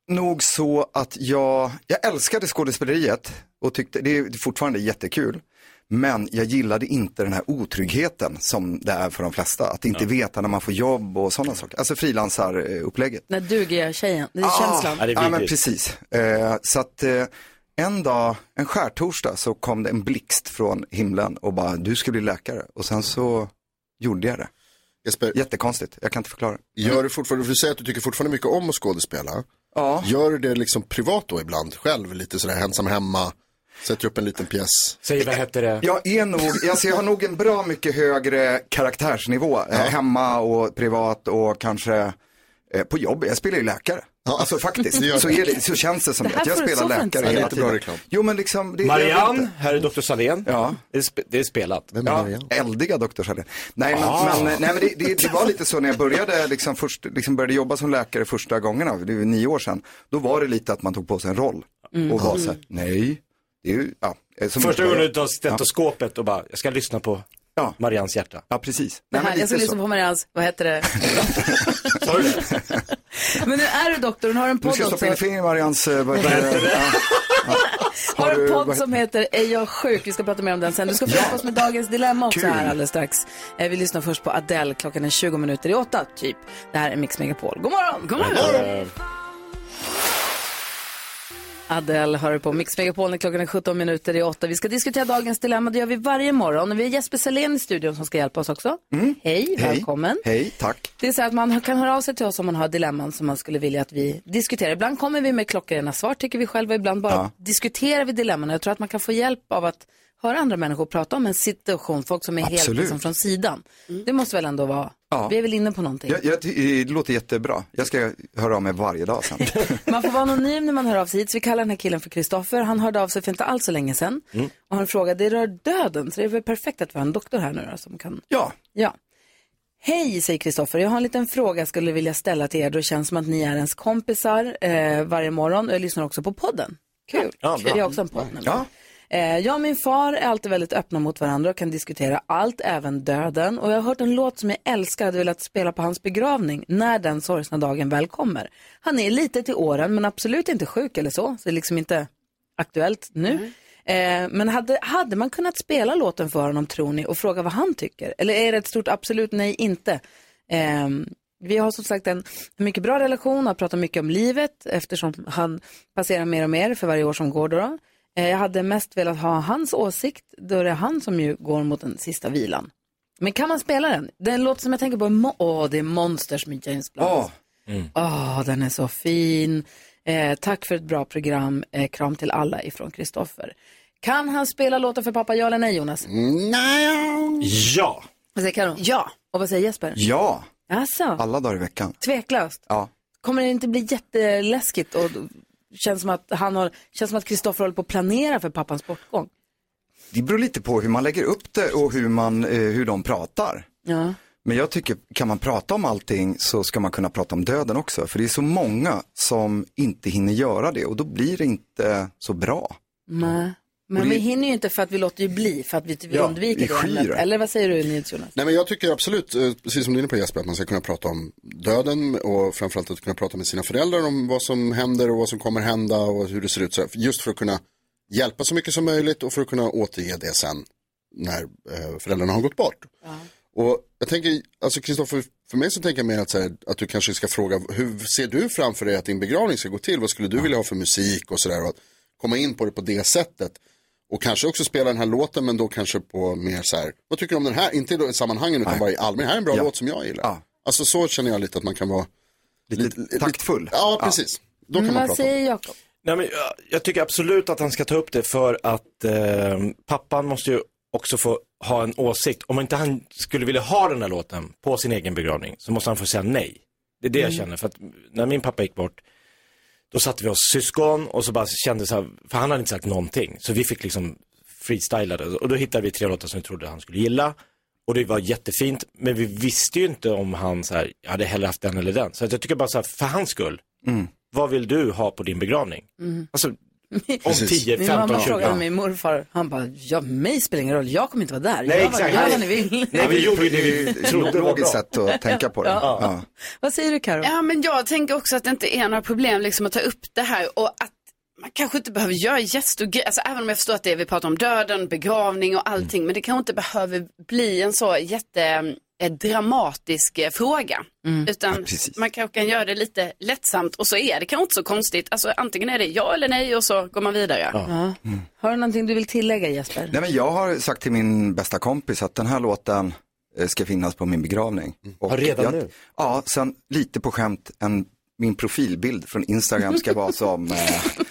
J: nog så att jag, jag älskade skådespeleriet och tyckte, det är fortfarande jättekul. Men jag gillade inte den här otryggheten som det är för de flesta. Att inte veta när man får jobb och sådana saker. Alltså frilansarupplägget.
A: När duger jag tjejen? Det är
J: Ah.
A: känslan.
J: Ja, men precis. Eh, så att eh, en dag, en skärtorsdag så kom det en blixt från himlen och bara du ska bli läkare. Och sen så gjorde jag det. Jättekonstigt, jag kan inte förklara.
B: Gör du fortfarande, för du säger att du tycker fortfarande mycket om att skådespela. Gör du det liksom privat då ibland själv? Lite sådär ensam hemma, sätter upp en liten pjäs.
C: Säg vad hette det?
J: Jag är nog, alltså jag har nog en bra mycket högre karaktärsnivå eh, hemma och privat och kanske eh, på jobb. Jag spelar ju läkare. Alltså
B: Det gör
J: faktiskt, så,
B: det.
J: är det, så känns det som
B: Det här
J: att jag
B: får du
J: spelar
B: så fint
J: läkare
B: säga.
J: hela
B: Ja, det är
J: tiden.
B: bra reklam.
J: Jo men liksom, det är-
C: Marianne, här är Dr. Salén.
J: Ja.
C: Det, är sp- det är spelat.
J: Vem är Marianne? Eldiga Dr. Salén. Nej men,
C: Ah.
J: men, eh, nej, men det, det, det var lite så när jag började, liksom, först, liksom började jobba som läkare första gångerna, det är ju nio år sedan, då var det lite att man tog på sig en roll
C: Mm.
J: och var
C: Mm.
J: så här, nej, det är ju, ja. eh, som-
C: Första gången du tar
J: Ja.
C: stetoskopet och bara, jag ska lyssna på Marians hjärta.
J: Ja, precis.
A: Det här, jag ska lyssna på Marians, vad heter
J: (laughs)
A: det? (laughs) Men nu är du doktor, hon har en
J: Du
A: podd
J: ska stoppa in
A: också.
J: fingret i Marians... eh, vad heter det? Ja. Ja.
A: Har en
J: du-
A: podd
J: vad-
A: som heter Är jag sjuk? Vi ska prata mer om den sen. Du ska få hjälpa oss med dagens dilemma också
J: Kul.
A: här alldeles strax. Eh, Vi lyssnar först på Adele, klockan är 20 minuter i åtta, typ. Det här är Mix Megapol. God morgon! God
C: Eh,
A: Adele hör på Mix Megapol när klockan är 17 minuter i åtta. Vi ska diskutera dagens dilemma, det gör vi varje morgon. Och Vi har Jesper Selén i studion som ska hjälpa oss också. Hej, välkommen.
J: Mm. Hej, tack.
A: Det är så att man kan höra av sig till oss om man har dilemman som man skulle vilja att vi diskuterar. Ibland kommer vi med klockrena svar tycker vi själva, ibland bara
J: Ja.
A: diskuterar vi dilemman. Jag tror att man kan få hjälp av att höra andra människor prata om en situation, folk som är helt
J: Absolut.
A: liksom, från sidan. Det måste väl ändå vara,
J: Ja.
A: vi är väl inne på någonting.
J: Jag, jag, ty- det låter jättebra. Jag ska höra av mig varje dag sen.
A: Man får vara anonym när man hör av sig hit, så vi kallar den här killen för Kristoffer. Han hörde av sig för inte alls så länge sedan. Mm. Och han frågade, det rör döden, så det är väl perfekt att vi har en doktor här nu då, som kan...
J: Ja.
A: Ja. Hej, säger Kristoffer. Jag har en liten fråga jag skulle vilja ställa till er. då Det känns som att ni är ens kompisar eh, varje morgon. Och jag lyssnar också på podden. Kul.
K: Ja, bra.
A: Vi har också en podd. nämligen.
K: Ja.
A: Eh, jag och min far är alltid väldigt öppna mot varandra och kan diskutera allt, även döden. Och jag har hört en låt som jag älskar och hade velat spela på hans begravning när den sorgsna dagen väl kommer. Han är lite till åren men absolut inte sjuk eller så, så det är liksom inte aktuellt nu. Eh, men hade, hade man kunnat spela låten för honom tror ni och fråga vad han tycker? Eller är det ett stort absolut nej inte? Ehm, vi har som sagt en mycket bra relation, har pratat mycket om livet eftersom han passerar mer och mer för varje år som går. Då då. Eh, Jag hade mest velat ha hans åsikt då det är han som ju går mot den sista vilan. Men kan man spela den? Den låt som jag tänker på är Mo- Åh, det är Monsters med James Blunt. Åh, den är så fin. Eh, tack för ett bra program. Eh, kram till alla ifrån Kristoffer. Kan han spela låten för pappa, ja eller nej Jonas? Nej.
J: Ja.
A: Vad säger Karo? Ja. Och vad säger Jesper?
J: Ja,
A: Alltså,
J: alla dagar i veckan.
A: tveklöst.
J: Ja.
A: Kommer det inte bli jätteläskigt och känns som att han har, känns som att Kristoffer håller på att planera för pappans bortgång?
J: Det beror lite på hur man lägger upp det och hur, man, eh, hur de pratar.
A: Ja.
J: Men jag tycker, kan man prata om allting så ska man kunna prata om döden också. För det är så många som inte hinner göra det och då blir det inte så bra.
A: Nej. Men
J: Och det-
A: vi hinner ju inte för att vi låter ju bli, för att vi, vi
B: Ja,
A: undviker
B: vi
A: det
B: skyr
A: ämnet.
B: det.
A: Eller vad säger du Nils Jonas?
B: Nej men jag tycker absolut, eh, precis som du är inne på Jesper, att man ska kunna prata om döden och framförallt att kunna prata med sina föräldrar om vad som händer och vad som kommer hända och hur det ser ut. Så här, Just för att kunna hjälpa så mycket som möjligt och för att kunna återge det sen när eh, föräldrarna har gått bort. Och jag tänker, alltså Kristoffer, för mig så tänker jag mer att, så här, att du kanske ska fråga, hur ser du framför dig att din begravning ska gå till? Vad skulle du vilja ha för musik och sådär? Och att komma in på det på det sättet. Och kanske också spela den här låten, men då kanske på mer så här, vad tycker du om den här? Inte i då- sammanhangen, utan bara i allmän, här är en bra låt som jag gillar. Alltså så känner jag lite att man kan vara...
J: Lite,
C: Mm.
B: taktfull. Ja, precis. Då kan
A: Mm,
B: man
A: vad
B: prata.
A: säger Jakob?
C: Nej, men jag, jag tycker absolut att han ska ta upp det för att eh, pappan måste ju också få ha en åsikt. Om inte han skulle vilja ha den här låten på sin egen begravning så måste han få säga nej. Det är det jag
L: Mm.
C: känner. För att när min pappa gick bort då satte vi oss syskon och så bara kände så här, för han hade inte sagt någonting. Så vi fick liksom freestyla det. Och då hittade vi tre låtar som vi trodde han skulle gilla. Och det var jättefint, men vi visste ju inte om han så här, jag hade hellre haft den eller den. Så att jag tycker bara så här, för hans skull, vad vill du ha på din begravning?
A: Mm.
C: Alltså, om
A: Precis.
C: 10,
A: Min mamma
C: 15, 20
A: frågade min morfar, han bara, ja mig spelar ingen roll, jag kommer inte vara där.
C: Nej,
A: jag bara,
C: exakt.
A: Gör
C: Nej.
A: vad ni vill. (laughs)
C: Nej, vi gjorde ju det vi trodde var
J: Logiskt
C: bra.
J: sätt att tänka på det.
A: Ja.
J: Ja.
A: Vad säger du Karo?
D: Ja, men jag tänker också att det inte är några problem liksom, att ta upp det här och att man kanske inte behöver göra jättestor grej, alltså, även om jag förstår att det är, vi pratar om döden, begravning och allting, men det kanske inte behöver bli en så jätte eh, dramatisk eh, fråga.
A: Mm.
D: Utan man kanske kan göra det lite lättsamt och så är det kanske inte så konstigt. Alltså antingen är det ja eller nej och så går man vidare.
A: Ja. Har du någonting du vill tillägga Jesper?
J: Nej, men jag har sagt till min bästa kompis att den här låten eh, ska finnas på min begravning. Och
C: Mm. Ja, redan
J: jag,
C: nu?
J: Ja, sen lite på skämt, en, min profilbild från Instagram
C: (laughs)
J: ska vara som eh,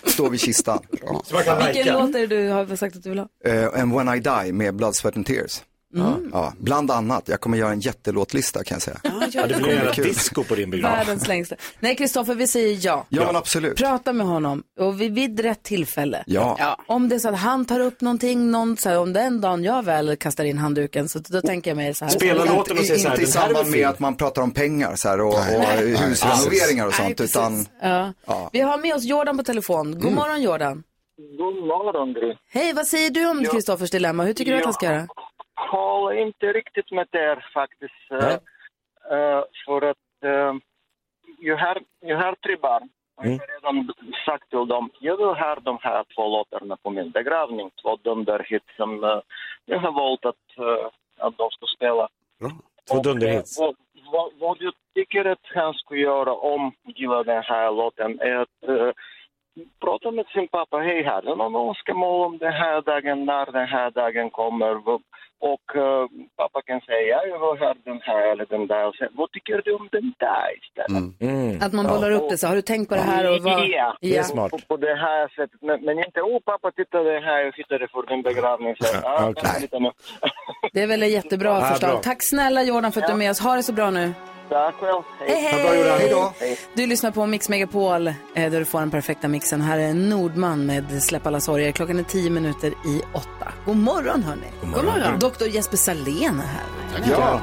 J: står vid kistan.
A: Vilken låt är det du har sagt att du vill ha?
J: Eh, and When I Die med Blood, Sweat and Tears.
A: Mm.
J: Ja, bland annat, jag kommer göra en jättelåtlista kan jag säga.
A: gör det.
C: det blir en jävla disco på din begravning.
A: Världens längsta. Nej, Kristoffer, vi säger ja.
J: Ja, men absolut.
A: Prata med honom och vid, vid rätt tillfälle.
J: Ja. Ja.
A: Om det är så att han tar upp någonting, någon, så här, om den dagen jag väl kastar in handduken, så då tänker jag mig så här.
J: Inte-
C: låten och säg så här,
J: Inte i
C: den här är väl
J: samband
C: fin?
J: med att man pratar om pengar så här, och, och
C: Nej.
J: husrenoveringar och
A: Nej,
J: sånt,
A: precis.
J: utan
A: Ja.
J: ja. Mm.
A: Vi har med oss Jordan på telefon. God morgon Jordan.
K: God morgon, Gry.
A: Hej, vad säger du om Kristoffers dilemma? Hur tycker du att han ska göra?
K: Håller inte riktigt med er faktiskt. Eh, eh, för att eh, jag, har, jag har tre barn. Och Jag har
C: Mm.
K: redan sagt till dem, jag vill ha de här två låtarna på min begravning. Två dunderhit som eh, jag har valt att, eh, att de ska spela.
C: Två dunderhits.
K: eh, Vad, vad, vad jag tycker att han ska göra om gillar den här låten är att eh, prata med sin pappa. Hej, har du någon önskemål om den här dagen, när den här dagen kommer? V- Och eh, pappa kan säga, jag vill ha den här eller den där. Och sen, vad tycker du om den där istället?
C: Mm,
A: Att man bollar upp det så. Har du tänkt på det här? Och vad...
K: Ja,
A: Ja.
K: På, på det här sättet. Men, men inte, åh pappa, titta det här, jag hittade för din begravning.
C: (laughs)
K: Så, ja,
C: okej.
K: titta nu. (laughs)
A: Det är väl ett jättebra
K: Ja,
A: förslag.
K: bra.
A: Tack snälla Jordan för att du är med oss. Ha det så bra nu.
K: Tack själv.
A: Hej, hej! Ha bra, Jordan. Hej då. Du lyssnar på Mix Megapol eh, där du får den perfekta mixen. Här är Nordman med Släpp alla sorger. Klockan är tio minuter i åtta. God morgon hörni. God
D: morgon. God morgon.
A: Doktor Jesper Salén är här.
J: Ja.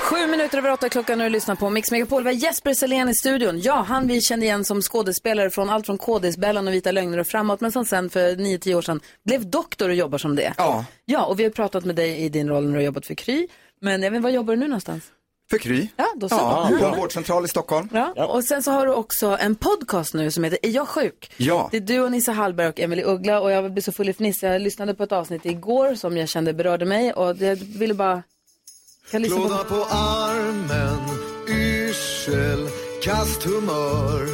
A: Sju minuter över åtta klockan när du lyssnar på Mix Megapol. Vi har Jesper Selén i studion. Ja, han vi kände igen som skådespelare från allt från KDs Bellan och Vita lögner och framåt. Men som sen för 9-10 år sedan blev doktor och jobbar som det.
J: Ja.
A: Ja, och vi har pratat med dig i din roll när du har jobbat för Kry. Men jag vet, var jobbar du nu någonstans?
J: för Kry.
A: Ja, då så.
J: Ja, på
A: Ja.
J: en vårdcentral i Stockholm.
A: Ja. Och sen så har du också en podcast nu som heter Är jag sjuk?
J: Ja.
A: Det är du och Nisse Hallberg och Emily Uggla och jag blir så full i fniss. Jag lyssnade på ett avsnitt igår som jag kände berörde mig och jag ville bara... Kan jag lyssna på...
L: Klåda på armen, yrsel, kast humör.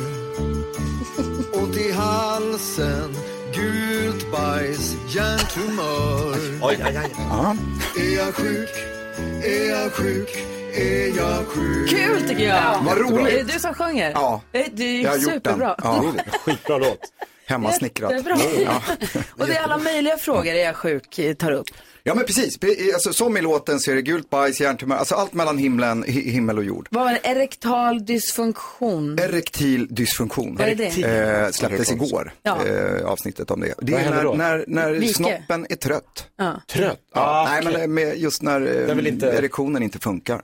L: Ont i halsen, gult bajs, hjärntumör.
C: Oj, aj, aj.
J: Ja.
L: Är jag sjuk? Är jag sjuk? Är jag sjuk?
A: Kul tycker jag!
J: Vad roligt.
A: Är det du som sjunger?
J: Ja.
A: Det det är ju
J: Jag har gjort
A: superbra.
J: den. Ja.
C: Skitbra låt.
J: Hemmasnickrat.
A: Jättebra.
J: Ja.
A: (laughs) och det är alla möjliga frågor är jag sjuk eh, tar upp.
J: ja, men precis. Pe- Alltså, som i låten så är det gult bajs, hjärntumör, alltså allt mellan himlen, hi- himmel och jord.
A: Vad var det? Erektal dysfunktion.
J: Erektil dysfunktion.
A: Vad är det?
J: Eh, släpptes igår,
A: Ja.
J: eh, avsnittet om det. Det
C: Vad
J: är
C: händer då?
J: när, när, när
A: Vike.
J: snoppen är trött.
A: Ja.
C: Trött?
J: Ja, nej, men eh, med just när eh, erektionen inte funkar.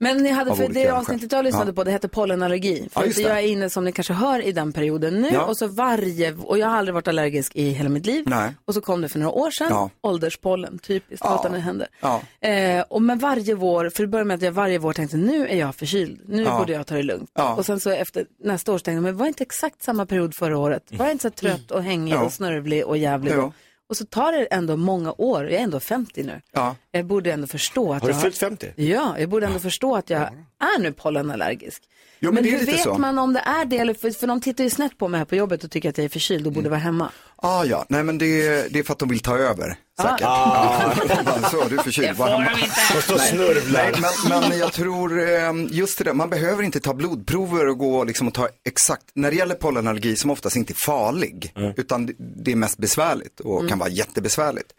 A: Men ni hade
J: Av
A: för
J: olika
A: det
J: skäl.
A: avsnittet jag lyssnade
J: Ja.
A: på, det hette pollenallergi. För
J: Ja,
A: att
J: just det.
A: jag är inne, som ni kanske hör, i den perioden nu.
J: Ja.
A: Och så varje, och jag har aldrig varit allergisk i hela mitt liv.
J: Nej.
A: Och så kom det för några år sedan,
J: Ja.
A: ålderspollen, typiskt, hatar när det händer.
J: Ja.
A: Eh, och men varje vår, för det började med att jag varje vår tänkte nu är jag förkyld, nu
J: Ja.
A: borde jag ta det lugnt.
J: Ja.
A: Och sen så efter nästa år så tänkte jag, men var inte exakt samma period förra året? Var jag inte så trött och hängig
J: Ja.
A: och snörvlig och jävlig då?
J: Ja.
A: Och så tar det ändå många år, jag är ändå 50 nu.
J: Ja.
A: Jag borde ändå förstå att
C: Har du
A: jag
C: fyllt 50?
A: Ja, jag borde ändå förstå att jag är nu pollenallergisk.
J: Jo, men
A: men
J: det är
A: hur
J: lite
A: vet
J: så.
A: man om det är det? Eller för, för de tittar ju snett på mig här på jobbet och tycker att jag är förkyld
J: Mm.
A: och borde vara hemma.
J: Ah, ja, nej men det, är- det är för att de vill ta över
C: Ah.
J: säkert. Ja, Så, du är förkyld, var hemma.
C: De står och snörvlar.
J: Nej, men, men jag tror, eh, just det där, man behöver inte ta blodprover och gå liksom och ta exakt, när det gäller pollenallergi som oftast inte är farlig, utan det- det är mest besvärligt och kan vara jättebesvärligt.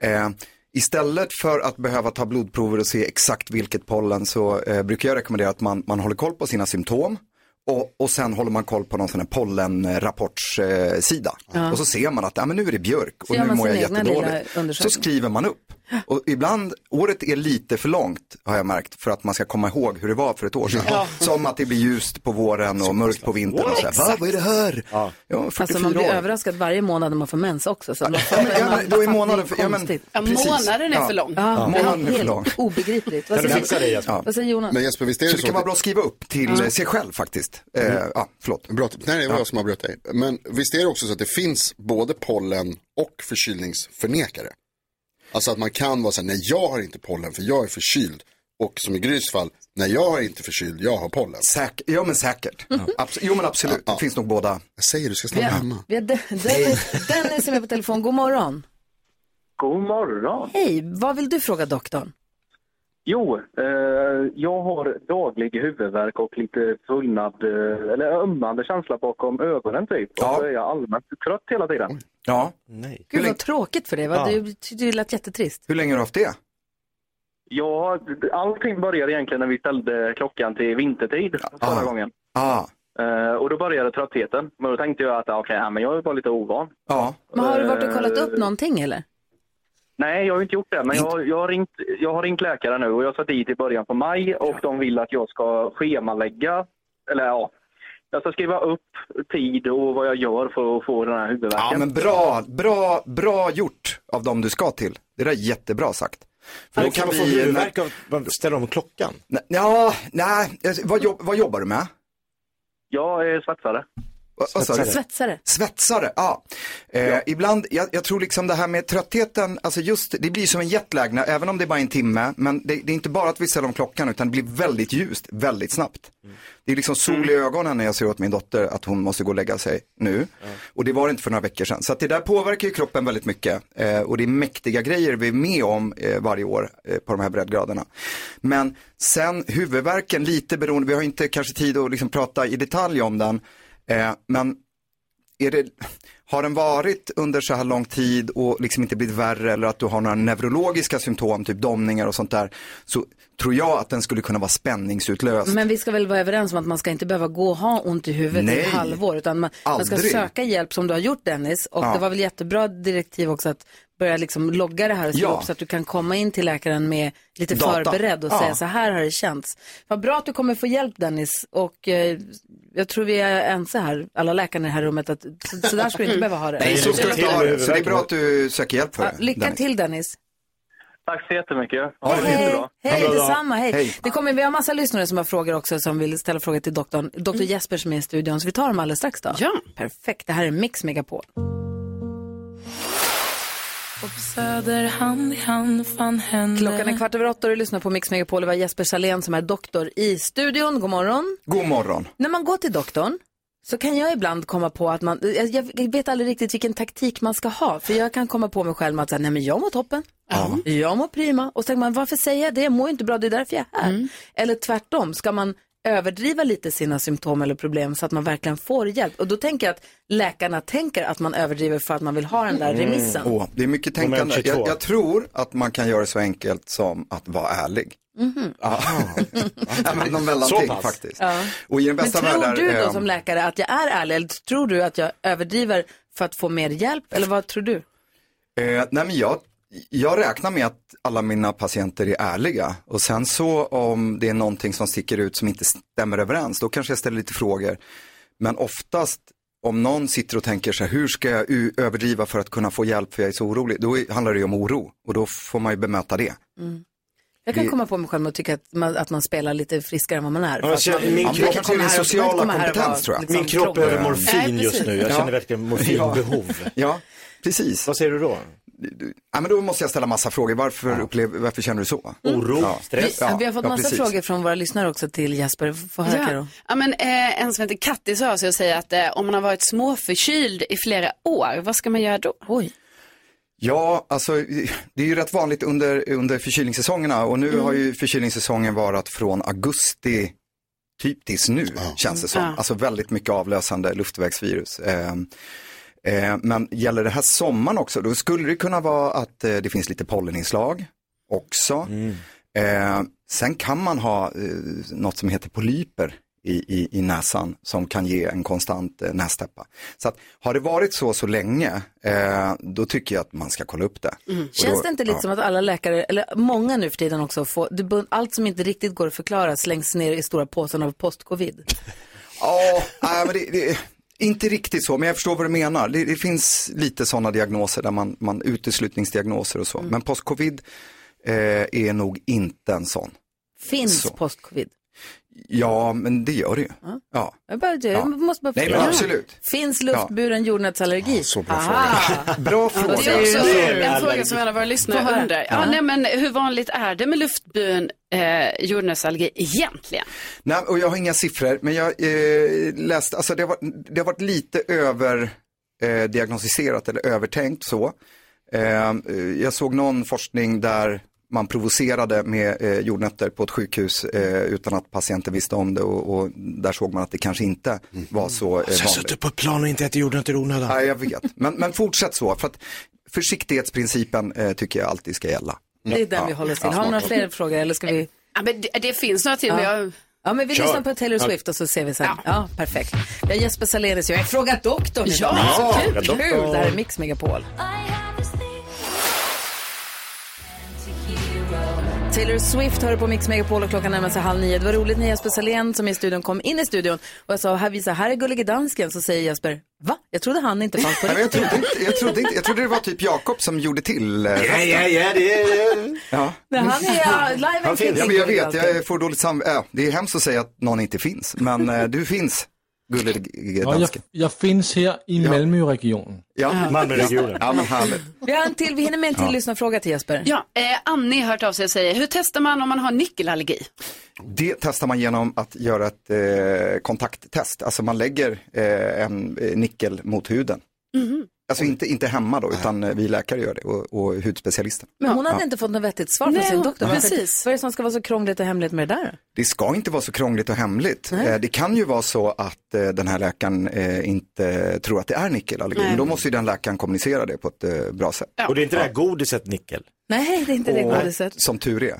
J: Eh, Istället för att behöva ta blodprover och se exakt vilket pollen så eh, brukar jag rekommendera att man, man håller koll på sina symptom och, och sen håller man koll på någon sån här pollenrapportssida. Eh, sida. Och så ser man att ja, men nu är det björk
A: Så
J: och
A: gör
J: nu
A: man
J: mår jag
A: sin egna lilla
J: jättedåligt. Så
A: undersökning.
J: skriver man upp. Och ibland, året är lite för långt har jag märkt för att man ska komma ihåg hur det var för ett år sedan.
A: Ja.
J: Som att det blir ljust på våren och mörkt på vintern. Och så här, Va, vad är det här? Ja.
A: Alltså man
J: 44
A: blir
J: år.
A: överraskad varje månad när man får mens också. Så man får
J: ja, men då är månaden för- ja, men
A: konstigt.
D: Ja, precis. månaden är Ja. för lång.
A: Ja,
J: Ja,
A: det
J: månaden är för
A: helt
J: lång.
A: Obegripligt. Vad säger, vad säger Jonas?
J: så? Det kan vara bra att skriva upp till
A: Ja.
J: eh, sig själv faktiskt. Eh,
B: Mm.
J: ja, förlåt.
B: Bra, tips. nej, det var
J: Ja.
B: jag som avbröt dig. Men visst är det också så att det finns både pollen och förkylningsförnekare? Alltså att man kan vara så här, nej jag har inte pollen för jag är förkyld. Och som i Grys fall, nej jag är inte förkyld, jag har pollen.
J: Säk ja men säkert. Abs- jo men absolut, det finns nog båda.
B: Jag säger du ska
A: Vi
B: stanna hemma.
A: har, vi har Den- Dennis, Dennis är med på telefon. God morgon.
M: God morgon.
A: Hej, vad vill du fråga doktorn?
M: Jo, eh, jag har daglig huvudvärk och lite svullnad, eh, eller ömmande känsla bakom ögonen typ. Och så är jag allmänt trött hela tiden.
J: Ja.
C: Nej.
A: Gud vad tråkigt för dig. Vad?
M: Ja.
A: Du, du lät jättetrist.
J: Hur länge har du haft det?
M: Ja, allting började egentligen när vi ställde klockan till vintertid förra gången.
J: Ah.
M: Eh, och då började tröttheten. Men då tänkte jag att ah, okej, ja, men jag är bara lite ovan.
J: Ja.
A: Men har du varit och kollat
M: Eh.
A: upp någonting eller?
M: Nej, jag har ju inte gjort det. Men jag, jag, har ringt, jag har ringt läkare nu och jag satt dit i början på maj och de vill att jag ska schemalägga, eller ja, jag ska skriva upp tid och vad jag gör för att få den här huvudvärken.
J: Ja men bra, bra, bra gjort av dem du ska till. Det där är jättebra sagt. För
C: Men kan man få huvudvärk av, vad- ställer om klockan?
J: Nej, Ja, nej, alltså, vad, jobb, vad jobbar du med?
M: Jag är svetsare.
J: Vad- vad sa du?
A: Svetsare.
J: Svetsare, ja. Eh, Ibland, jag, jag tror liksom det här med tröttheten, alltså just, det blir som en jetlag, när- även om det är bara är en timme, men det, det är inte bara att vi ställer om klockan, utan det blir väldigt ljust, väldigt snabbt. Det är liksom sol i ögonen när jag ser åt min dotter att hon måste gå och lägga sig nu. Och det var det inte för några veckor sedan. Så att det där påverkar ju kroppen väldigt mycket. Eh, och det är mäktiga grejer vi är med om eh, varje år eh, på de här breddgraderna. Men sen huvudvärken, lite beroende, vi har inte kanske tid att liksom prata i detalj om den. Eh, men är det, har den varit under så här lång tid och liksom inte blivit värre eller att du har några neurologiska symptom, typ domningar och sånt där, så tror jag att den skulle kunna vara spänningsutlöst.
A: Men vi ska väl vara överens om att man ska inte behöva gå och ha ont i huvudet i
J: Nej.
A: ett halvår. Utan man, man ska
J: Aldrig.
A: söka hjälp som du har gjort Dennis. Och
J: Ja.
A: det var väl jättebra direktiv också att börja liksom logga det här och skriva
J: Ja.
A: upp så att du kan komma in till läkaren med lite
J: Data.
A: förberedd och
J: Ja.
A: säga så här har det känts. Vad bra att du kommer få hjälp Dennis. Och eh, jag tror vi är ense här, alla läkarna i det här rummet, att så, så där ska du
J: (laughs)
A: inte behöva ha det.
J: Nej, så ska du inte ha det. Så det är bra att du söker hjälp för
A: Ja,
J: det.
A: lycka
J: Dennis.
A: till Dennis.
M: Tack så jättemycket.
J: Ja, det är jättebra.
A: Hej,
J: Ha en bra dag.
A: detsamma. Hej.
J: Hej.
A: Det kommer, vi har massa lyssnare som har frågor också som vill ställa frågor till doktorn. Doktor Jesper som är i studion, så vi tar dem alldeles strax då. Mm. Ja. Perfekt, det här är Mix Megapol.
N: Söder hand i hand fan händer
A: Klockan är kvart över åtta och du lyssnar på Mix Megapol. Det var Jesper Salén som är doktor i studion. God morgon.
J: God morgon.
A: När man går till doktorn så kan jag ibland komma på att man, jag, jag vet aldrig riktigt vilken taktik man ska ha. För jag kan komma på mig själv med att säga, nej men jag mår toppen, jag mår prima. Och så tänker man, varför säger jag det? Jag mår ju inte bra, det är därför jag är här.
C: Mm.
A: Eller tvärtom, ska man överdriva lite sina symptom eller problem så att man verkligen får hjälp? Och då tänker jag att läkarna tänker att man överdriver för att man vill ha den där remissen.
J: Mm. Åh, det är mycket tänkande.
A: Moment 22.
J: Jag, jag tror att man kan göra det så enkelt som att vara ärlig.
A: Mhm. (laughs)
J: Ja, Ja, men någon
A: Så
J: mellanting
A: pass.
J: faktiskt.
A: Ja.
J: Och i den
A: Men
J: bästa
A: tror
J: världar,
A: du då
C: eh,
J: ehm,
A: som läkare att jag är ärlig eller tror du att jag överdriver för att få mer hjälp? Eller vad tror du?
J: Eh, nej men jag, jag räknar med att alla mina patienter är ärliga och sen så om det är någonting som sticker ut som inte stämmer överens, då kanske jag ställer lite frågor. Men oftast om någon sitter och tänker så här, hur ska jag u- överdriva för att kunna få hjälp för jag är så orolig, då är- handlar det ju om oro och då får man ju bemöta det.
A: Mm. Jag kan
J: Det-
A: komma på mig själv och tycka att man, att man spelar lite friskare än vad man är.
C: Ja, jag
A: att
C: känner-
A: man,
C: min
A: man
C: kropp-
A: kan komma här och- man kan komma här och vara liksom
C: Min kropp
A: tråkig.
C: behöver morfin
A: Nej,
C: just nu. Jag
J: Ja.
C: känner verkligen morfinbehov.
J: Ja, precis. Vad
C: säger du då?
J: Ja, men då måste jag ställa massa frågor. Varför, upplev, varför känner du så? Oro,
A: Vi, vi har fått massa frågor från våra lyssnare också till Jesper. Få höra Karo.
D: Ja, men, eh, en som heter Kattis hör sig och säger att eh, om man har varit småförkyld i flera år, vad ska man göra då?
A: Oj.
J: Ja, alltså det är ju rätt vanligt under, under förkylningssäsongerna och nu har ju förkylningssäsongen varit från augusti typ tills nu känns det som.
O: Ja.
J: Alltså väldigt mycket avlösande luftvägsvirus. Ehm, eh, men gäller det här sommaren också, då skulle det kunna vara att eh, det finns lite polleninslag Ehm, också. Eh, sen kan man ha eh, något som heter polyper i, i, i näsan som kan ge en konstant eh, nästäppa. Så att, har det varit så så länge, eh, då tycker jag att man ska kolla upp det. Och
A: Mm. Känns
J: då-
A: det inte lite
J: ja.
A: som att alla läkare, eller många nu för tiden också, får, du, bun- allt som inte riktigt går att förklara slängs ner i stora påsen av postcovid?
J: Ja, nej, men det, det, inte riktigt så, men jag förstår vad du menar. Det, det finns lite sådana diagnoser där man, man uteslutningsdiagnoser och så. Men postcovid eh, är nog inte en sån.
A: Finns
J: Så.
A: postcovid?
J: Ja, men det gör det ju. Ja.
A: Jag, bara, jag
J: Ja.
A: måste bara
J: Nej, men
A: förklara.
J: absolut.
A: Finns luftburen jordnötsallergi? så bra
J: Bra
D: Och
J: fråga.
D: det är också
A: Det är
D: en
A: allergi.
D: fråga som alla våra
A: Få
D: lyssnare
A: höra.
D: undrar. Ja,
J: Ja.
D: nej, men hur vanligt är det med luftburen eh, jordnötsallergi egentligen?
J: Nej, och jag har inga siffror, men jag eh, läste, alltså det har, varit- det har varit lite över eh, diagnostiserat eller övertänkt så. Eh, eh, jag såg någon forskning där man provocerade med eh, jordnötter på ett sjukhus eh, utan att patienten visste om det och, och där såg man att det kanske inte var så eh,
C: Jag har
J: vanligt.
C: suttit på ett plan och inte ätit jordnötter i onödan.
J: Nej, jag vet, men, men fortsätt så, för att försiktighetsprincipen eh, tycker jag alltid ska gälla.
A: Det är den vi håller oss till. Har ni några fler frågor eller ska vi?
D: Ja, men det, det finns några till, men jag...
A: Ja, men vi
D: Kör.
A: lyssnar på Taylor
D: Ja.
A: Swift och så ser vi sen. Ja, perfekt. Jag är Jesper Salenius jag är Fråga doktorn idag.
D: Ja,
A: Så
D: Fråga
A: kul!
D: doktorn.
A: kul. Det här är Mix Megapol. Taylor Swift hör på Mix Megapol och klockan närmar sig halv nio. Det var roligt när Jesper Salén som är i studion kom in i studion och jag sa, här visar, här är Gullige Dansken. Så säger Jesper, va? Jag trodde han inte (laughs) fanns på
J: Nej, men jag,
A: riktigt.
J: trodde inte, jag, trodde inte, jag trodde det var typ Jakob som gjorde till eh,
C: Ja,
J: rösten.
C: ja, ja, det är...
J: Ja.
A: Men han är ja, live
J: Han
A: and
J: finns. Ja,
A: kicking,
J: men jag
A: Gullige
J: vet,
A: Dansken.
J: jag får dåligt samvete. Ja, det är hemskt att säga att någon inte finns, men eh, du finns, gullig
F: Og jeg,
J: dansken.
F: jeg findes her i Malmø-regionen.
J: Ja.
C: Malmöregionen.
J: Ja, men härligt.
A: Vi, har en till, vi hinner med en till
F: Ja.
A: lyssnarfråga till Jesper.
D: Ja, eh, Annie har hört av sig och säger, hur testar man om man har nickelallergi?
J: Det testar man genom att göra ett eh, kontakttest, alltså man lägger eh, en eh, nickel mot huden.
A: Mm-hmm.
J: Alltså inte, inte hemma då, utan eh, vi läkare gör det och, och hudspecialisterna.
A: Men hon hade
J: Ja.
A: inte fått något vettigt svar från
D: Nej,
A: sin
D: hon-
A: doktor. Varför-
D: precis.
A: Vad är det som ska vara så krångligt och hemligt med det där?
J: Det ska inte vara så krångligt och hemligt. Eh, Det kan ju vara så att eh, den här läkaren eh, inte tror att det är nickelallergi. Men då måste ju den läkaren kommunicera det på ett eh, bra sätt.
C: Och det är inte det här godiset nickel?
A: Nej, det är inte det
J: Och-
A: godiset.
J: Som tur är.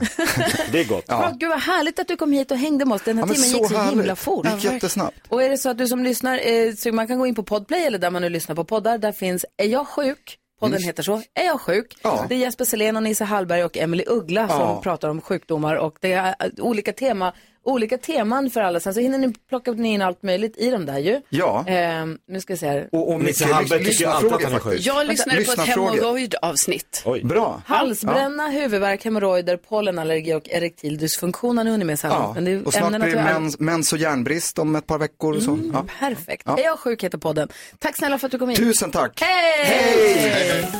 C: det är gott.
A: Ja. Gud vad härligt att du kom hit och hängde med oss. Den här
J: Ja, men
A: timmen
J: så
A: gick så
J: härligt.
A: himla fort.
J: Det gick jättesnabbt.
A: Och är det så att du som lyssnar, eh, så man kan gå in på Podplay eller där man nu lyssnar på poddar. Där finns Är jag sjuk? Podden
D: Mm.
A: heter så. Är jag sjuk?
D: Ja.
A: Det är Jesper Selén och Nisse Hallberg och Emily Uggla som
D: Ja.
A: pratar om sjukdomar och det är eh, olika, tema, olika teman för alla. Sen så hinner ni plocka in allt möjligt i dem där ju.
J: Ja.
A: Eh, nu ska vi se här.
J: Och,
C: Nisse Hallberg tycker alltid att han är sjuk.
D: Jag lyssnade på ett
A: Lyssnarfrågor.
D: hemorrojdavsnitt.
J: Bra.
A: Halsbränna, huvudvärk, hemorrojder, pollenallergi och erektil dysfunktion har ni hunnit med sen.
J: Ja.
A: Men det är
J: Och snart
A: ämnen att
J: blir
A: Mm.
J: det
A: vi-
J: mens, mens och järnbrist om ett par veckor och så. Ja.
A: Perfekt.
J: Ja.
A: Är jag sjuk heter podden. Tack snälla för att du kom hit.
J: Tusen tack.
A: Hej!
J: Hej!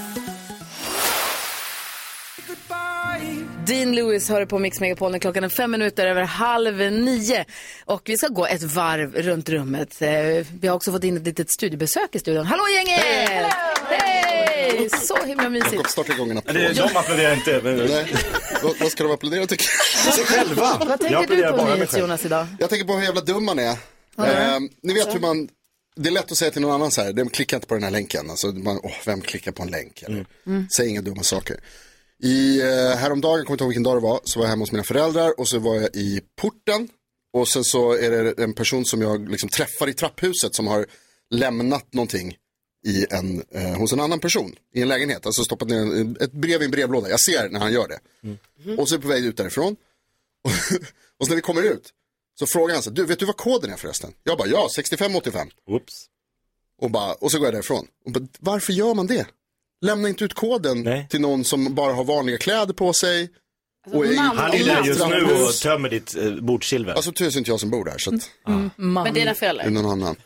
A: Dean Lewis hör på Mix Megapol när klockan är fem minuter över halv nio. Och vi ska gå ett varv runt rummet. Eh, Vi har också fått in ett litet studiebesök i studion. Hallå gänget! Hej! Så himla mysigt.
B: Jakob, starta igång en applåd.
C: Det är- de applåderar inte.
B: Nej. Vad- Vad ska de applådera tycker jag?
C: Sig själva.
A: Vad tänker Jag du applåderar på bara mig nyhets, själv. Jonas, idag?
B: Jag tänker på hur jävla dum man är. Ehm, ni vet hur man, det är lätt att säga till någon annan så här, de klickar inte på den här länken. Alltså, man, åh, vem klickar på en länk? Eller?
L: Mm.
B: Säg inga dumma saker. I, eh, häromdagen, jag kommer inte ihåg vilken dag det var, så var jag hemma hos mina föräldrar och så var jag i porten. Och sen så är det en person som jag liksom träffar i trapphuset som har lämnat någonting i en, eh, hos en annan person i en lägenhet. Alltså stoppat ner en, ett brev i en brevlåda. Jag ser när han gör det.
L: Mm.
B: Och så är vi på väg ut därifrån. (laughs) Och så när vi kommer ut så frågar han så här, du vet du vad koden är förresten? Jag bara, ja, 6585.
C: Oops.
B: Och, bara, och så går jag därifrån. Och bara, Varför gör man det? Lämna inte ut koden till någon som bara har vanliga kläder på sig. och är
D: man-
B: i-
D: Han
C: är där
B: i-
C: just nu och
B: trappus.
C: tömmer ditt eh, bordssilver.
B: Alltså tur är det inte jag som bor där så att,
A: Man.
D: Men dina föräldrar?
B: det är någon annan.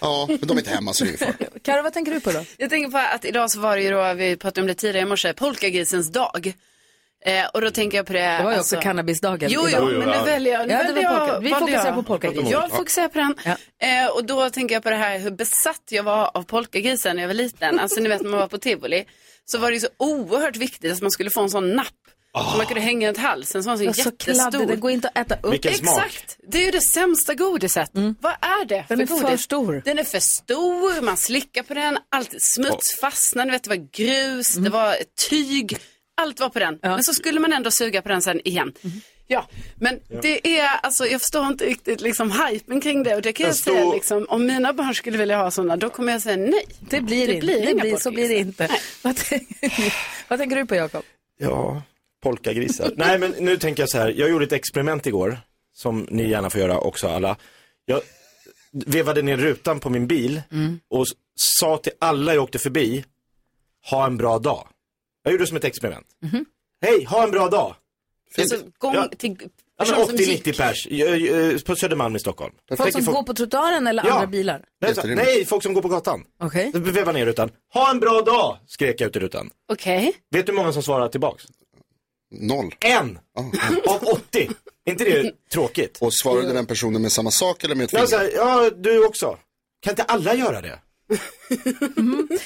B: Ja, men de är inte hemma så det är ingen fara.
A: Karo, vad tänker du på då?
D: Jag tänker på att idag så var det ju då, vi pratade om det tidigare i morse, polkagrisens dag. Eh, och då tänker jag på det. alltså-
A: Det var ju också cannabisdagen
D: Jo, jo,
A: idag.
D: men nu väljer jag. Nu
A: Ja, det
D: väljer
A: var
D: jag-
A: polka. Vi
D: valde
A: fokuserar
D: jag.
A: på polkagris.
D: Jag fokuserar på den. Eh, och då tänker jag på det här hur besatt jag var av polkagrisen när jag var
A: (laughs)
D: liten. Alltså ni vet när man var på tivoli. Så var det ju så oerhört viktigt att man skulle få en sån napp. Som man kunde hänga runt halsen. Som var så
A: Alltså, Det var så
D: jättestor.
A: kladdig, den går inte att äta upp. Vilken smak.
D: Exakt. Det är ju det sämsta godiset. Vad är det
A: Mm. Den
D: för
A: är för
D: godis?
A: stor.
D: Den är för stor, man slickar på den, allt smuts fastnade, vet, det var
A: Mm. Mm.
D: grus, det var tyg, allt var på den. Men så skulle man ändå suga på den sen igen. Ja, men det är alltså, jag förstår inte riktigt liksom hypen kring det och det kan jag,
A: Jag
D: säga
A: står-
D: liksom, om mina barn skulle vilja ha sådana, då kommer jag säga nej.
A: Det blir inte. Det
D: inga
A: blir- så blir det inte. (laughs) Vad tänker, ni- vad tänker du på Jakob?
C: Ja, (laughs) polkagrisar. Nej, men nu tänker jag så här. Jag gjorde ett experiment igår, som ni gärna får göra också alla. Jag vevade ner rutan på min bil
A: Mm.
C: och s- sa till alla jag åkte förbi, ha en bra dag. Jag gjorde det som ett experiment.
A: Mhm.
C: Hej, ha en bra dag.
A: Alltså, gång
C: Ja.
A: till
C: Ja, men
A: personer som
C: 80-90 pers jag- jag- på Södermalm i Stockholm.
A: Folk som går på trottoaren eller
C: Ja.
A: andra bilar?
C: Nej, så- nej, folk som går på gatan.
A: Okej.
C: Veva ner rutan. Ha en bra dag, skrek jag ut i rutan.
D: Okej.
C: Vet du hur många som svarade tillbaks?
B: Noll.
C: En!
A: Ah.
C: Av 80. inte det tråkigt?
B: Och svarade den personen med samma sak eller med ett
C: Jag
B: finger?
C: säger, ja, du också. Kan inte alla
A: (laughs)
C: göra det?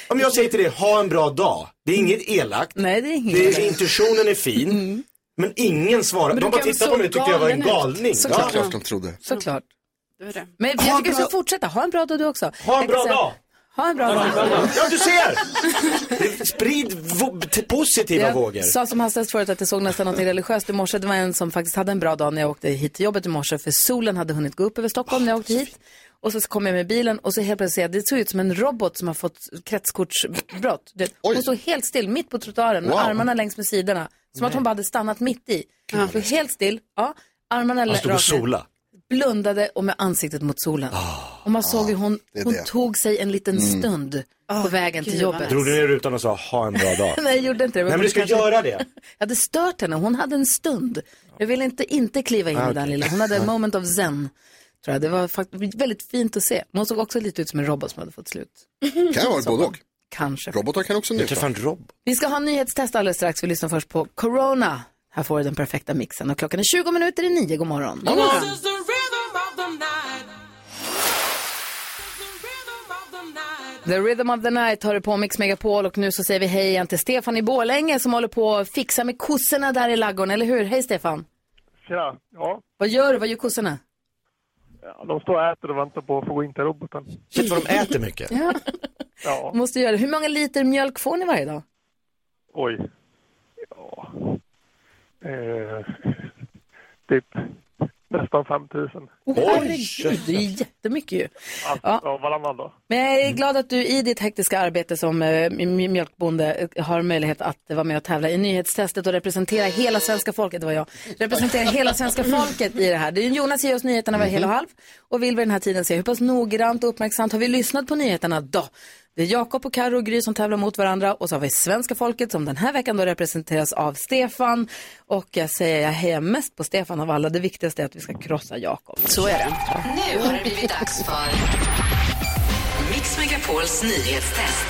C: Om jag säger till dig, ha en bra dag. Det är
A: Mm.
C: inget elakt.
A: Nej, det är inget.
C: Det är, intentionen är fin.
A: Mm.
C: Men ingen svarar.
A: Men
C: De
A: du
C: bara
A: kan
C: tittade
A: så
C: på mig och tyckte jag var en
A: galen ut.
C: galning.
A: Såklart. Såklart de
B: trodde.
A: Såklart. Men jag
C: Ha en
A: tycker vi ska
C: bra-
A: fortsätta. Ha en bra dag du också.
C: Ha en
A: Jag kan
C: bra
A: säga-
C: dag!
A: Ha en bra dag.
C: Ja, du ser! Sprid vo- t- positiva vågor.
A: Jag sa som hastigast förut att jag såg nästan något religiöst i morse. Det var en som faktiskt hade en bra dag när jag åkte hit till jobbet i morse för solen hade hunnit gå upp över Stockholm när jag åkte hit. Och så kom jag med bilen och så helt plötsligt ser jag, det såg ut som en robot som har fått kretskortsbrott. Du vet, Hon stod helt still mitt på trottoaren med
O: Wow.
A: armarna längs med sidorna. Som att hon bara hade stannat mitt i.
O: Ja.
A: Stod helt still, ja. Armarna
O: Han stod och
A: rakt ner,
O: sola.
A: Blundade och med ansiktet mot solen. och man såg hur hon,
C: Ah. det är
A: hon
C: det.
A: tog sig en liten
C: Mm.
A: stund på vägen till
D: Ah, gud, vad
A: jobbet.
C: Drog du ner rutan och sa, ha en bra
A: (laughs)
C: dag.
A: Nej, jag gjorde inte det.
C: Nej, men du ska
A: Kanske-
C: göra det.
A: Jag hade stört henne. Hon hade en stund. Jag ville inte inte kliva in
C: Ah,
A: i den
C: okej.
A: lilla.
C: (laughs)
A: Hon hade en
C: Ja.
A: moment of zen. Tror jag. Det var fakt- väldigt fint att se. Men hon såg också lite ut som en robot som hade fått slut.
B: Kan vara både och.
A: Kanske.
B: Robotar kan också njuta.
C: Jag träffade en robot.
A: Vi ska ha en nyhetstest alldeles strax. Vi lyssnar först på Corona. Här får du den perfekta mixen. Och klockan är 20 minuter i nio. God morgon. The Rhythm of the Night hör du på Mix Megapol och nu så säger vi hej igen till Stefan i Borlänge som håller på att fixa med kossorna där i laggården, eller hur? Hej Stefan!
P: Tjena, ja.
A: Vad gör du? Vad gör kossorna?
P: Ja, De står och äter och väntar på att få gå in till roboten.
C: Shit vad de äter mycket.
A: Ja.
P: Ja,
A: Måste göra det. Hur många liter mjölk får ni varje dag?
P: oj. Ja. Eh, typ nästan 5 000.
A: Åh, herregud, det är jättemycket ju.
P: Ja, ja, varannan dag.
A: Men jag är glad att du i ditt hektiska arbete som eh, mj- mjölkbonde eh, har möjlighet att eh, vara med och tävla i nyhetstestet och representera hela svenska folket. Det var jag. Representera hela svenska folket i det här. Det är Jonas ger oss nyheterna varje hel och halv. Och vill vid den här tiden se hur pass noggrant och uppmärksamt har vi lyssnat på nyheterna då? Det är Jakob och Karo och Gry som tävlar mot varandra och så har vi svenska folket som den här veckan då representeras av Stefan. Och jag säger jag hejar mest på Stefan av alla. Det viktigaste är att vi ska krossa Jakob. Så är det.
E: Nu har det blivit dags för Mix Megapols nyhetstest.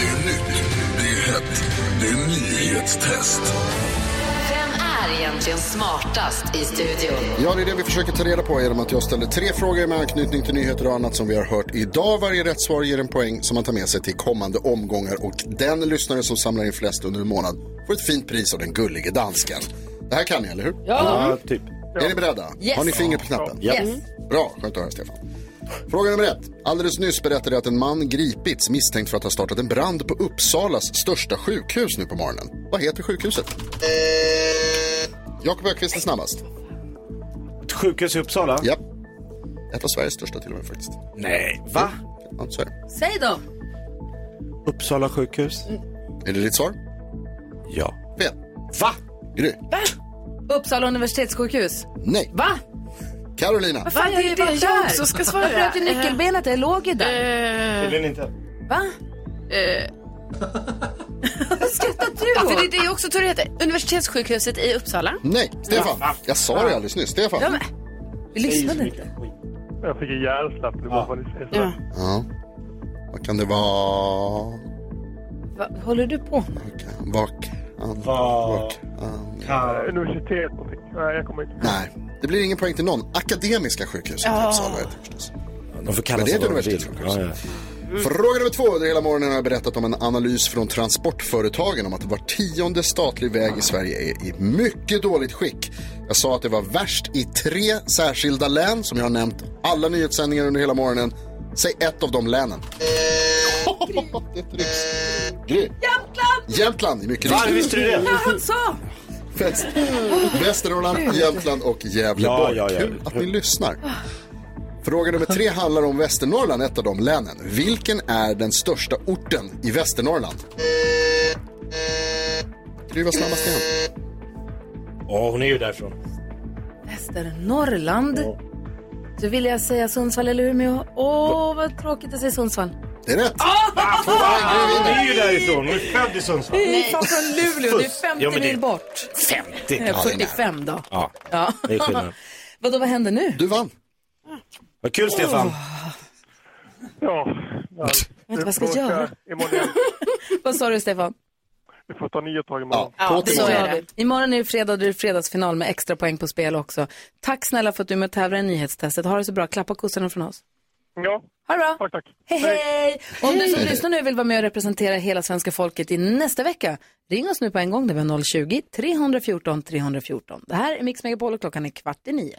L: Det är nytt, det är hett, det är nyhetstest.
E: Vem är egentligen smartast i studion?
B: Ja, det är det vi försöker ta reda på genom att jag ställer tre frågor med anknytning till nyheter och annat som vi har hört idag. Varje rätt svar ger en poäng som man tar med sig till kommande omgångar och den lyssnare som samlar in flest under en månad får ett fint pris av den gullige dansken. Det här kan ni, eller hur?
A: Ja.
C: Ja, typ.
B: Är ni beredda?
A: Yes.
B: Har ni finger på knappen?
A: Ja. Yes.
B: Bra, skönt att höra Stefan. Fråga nummer ett. Alldeles nyss berättade jag att en man gripits misstänkt för att ha startat en brand på Uppsalas största sjukhus nu på morgonen. Vad heter sjukhuset? Jakob Ökvist är snabbast.
C: Ett sjukhus i Uppsala?
B: Ja. Ett av Sveriges största till och med faktiskt.
C: Nej, va?
B: Ja, så är det.
A: Säg då!
C: Uppsala sjukhus?
B: Är det ditt svar?
C: Ja.
B: Fel.
C: Va?
B: Gry?
A: Uppsala universitetssjukhus.
B: Nej.
A: Va?
B: Carolina?
A: Vad fan
D: Vad
A: gör
D: är
A: du
D: det
A: där?
D: jag också ska svara? Eh,
A: Varför bröt du nyckelbenet? Det låg ju där.
C: Tydligen inte.
A: Va?
D: Vad skrattar
A: du
D: åt? För det är det jag också tror det heter. Universitetssjukhuset i Uppsala.
B: Nej, Stefan.
D: Ja.
B: Jag sa det alldeles nyss. Stefan?
D: Ja, men, vi lyssnade inte.
P: Jag fick en hjärnsläpp, det var vad ni säger. Ja.
B: Ja. Vad kan det vara?
A: Va, håller du på med?
B: Vad kan... Vad kan...
P: Universitet någonting. Nej, jag kommer inte.
B: Nej, det blir ingen poäng till någon. Akademiska sjukhuset
P: Ja.
B: i Uppsala heter det förstås.
C: De får kalla
B: Men det
C: sig
B: är ett
C: vad de
B: universitetssjukhus.
C: vill. Ja,
B: Fråga nummer två. Under hela morgonen har jag berättat om en analys från Transportföretagen om att var tionde statlig väg i Sverige är i mycket dåligt skick. Jag sa att det var värst i tre särskilda län som jag har nämnt alla nyhetssändningar under hela morgonen. Säg ett av de länen. Gry. Jämtland! Jämtland är mycket
L: Varför
B: riktigt.
L: visste du det? Ja,
A: han sa!
B: Fest. Västernorrland, Jämtland och Gävleborg. Kul att ni lyssnar. Fråga nummer tre handlar om Västernorrland, ett av de länen. Vilken är den största orten i Västernorrland? Gry var snabbast igen.
C: Ja, hon är ju därifrån.
A: Västernorrland. Så vill jag säga Sundsvall eller Umeå. Åh, vad tråkigt att säga Sundsvall.
B: Det är rätt.
C: Hon är ju därifrån, hon är född i Sundsvall.
A: Nej, fan från Luleå. Det är 50
C: Ja, men det-
A: mil bort.
C: 50?
A: Eh, 45 då.
C: Ja,
A: Ja.
C: det är skillnad.
A: Vadå, vad händer nu?
B: Du vann.
C: Vad kul Stefan.
P: Ja. ja.
A: Jag vet inte vad jag ska göra. (laughs) vad sa du, Stefan?
P: Vi får ta nya tag imorgon.
A: så är det. Imorgon är det fredag och det är fredagsfinal med extra poäng på spel också. Tack snälla för att du är med och tävlar i nyhetstestet. Ha det så bra. Klappa kossorna från oss.
P: Ja.
A: Ha det bra.
P: Tack, tack.
A: Hej, hej! Och om du som lyssnar nu vill vara med och representera hela svenska folket i nästa vecka, ring oss nu på en gång. Det var 020-314 314. Det här är Mix Megapol och klockan är kvart i nio.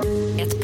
E: Ett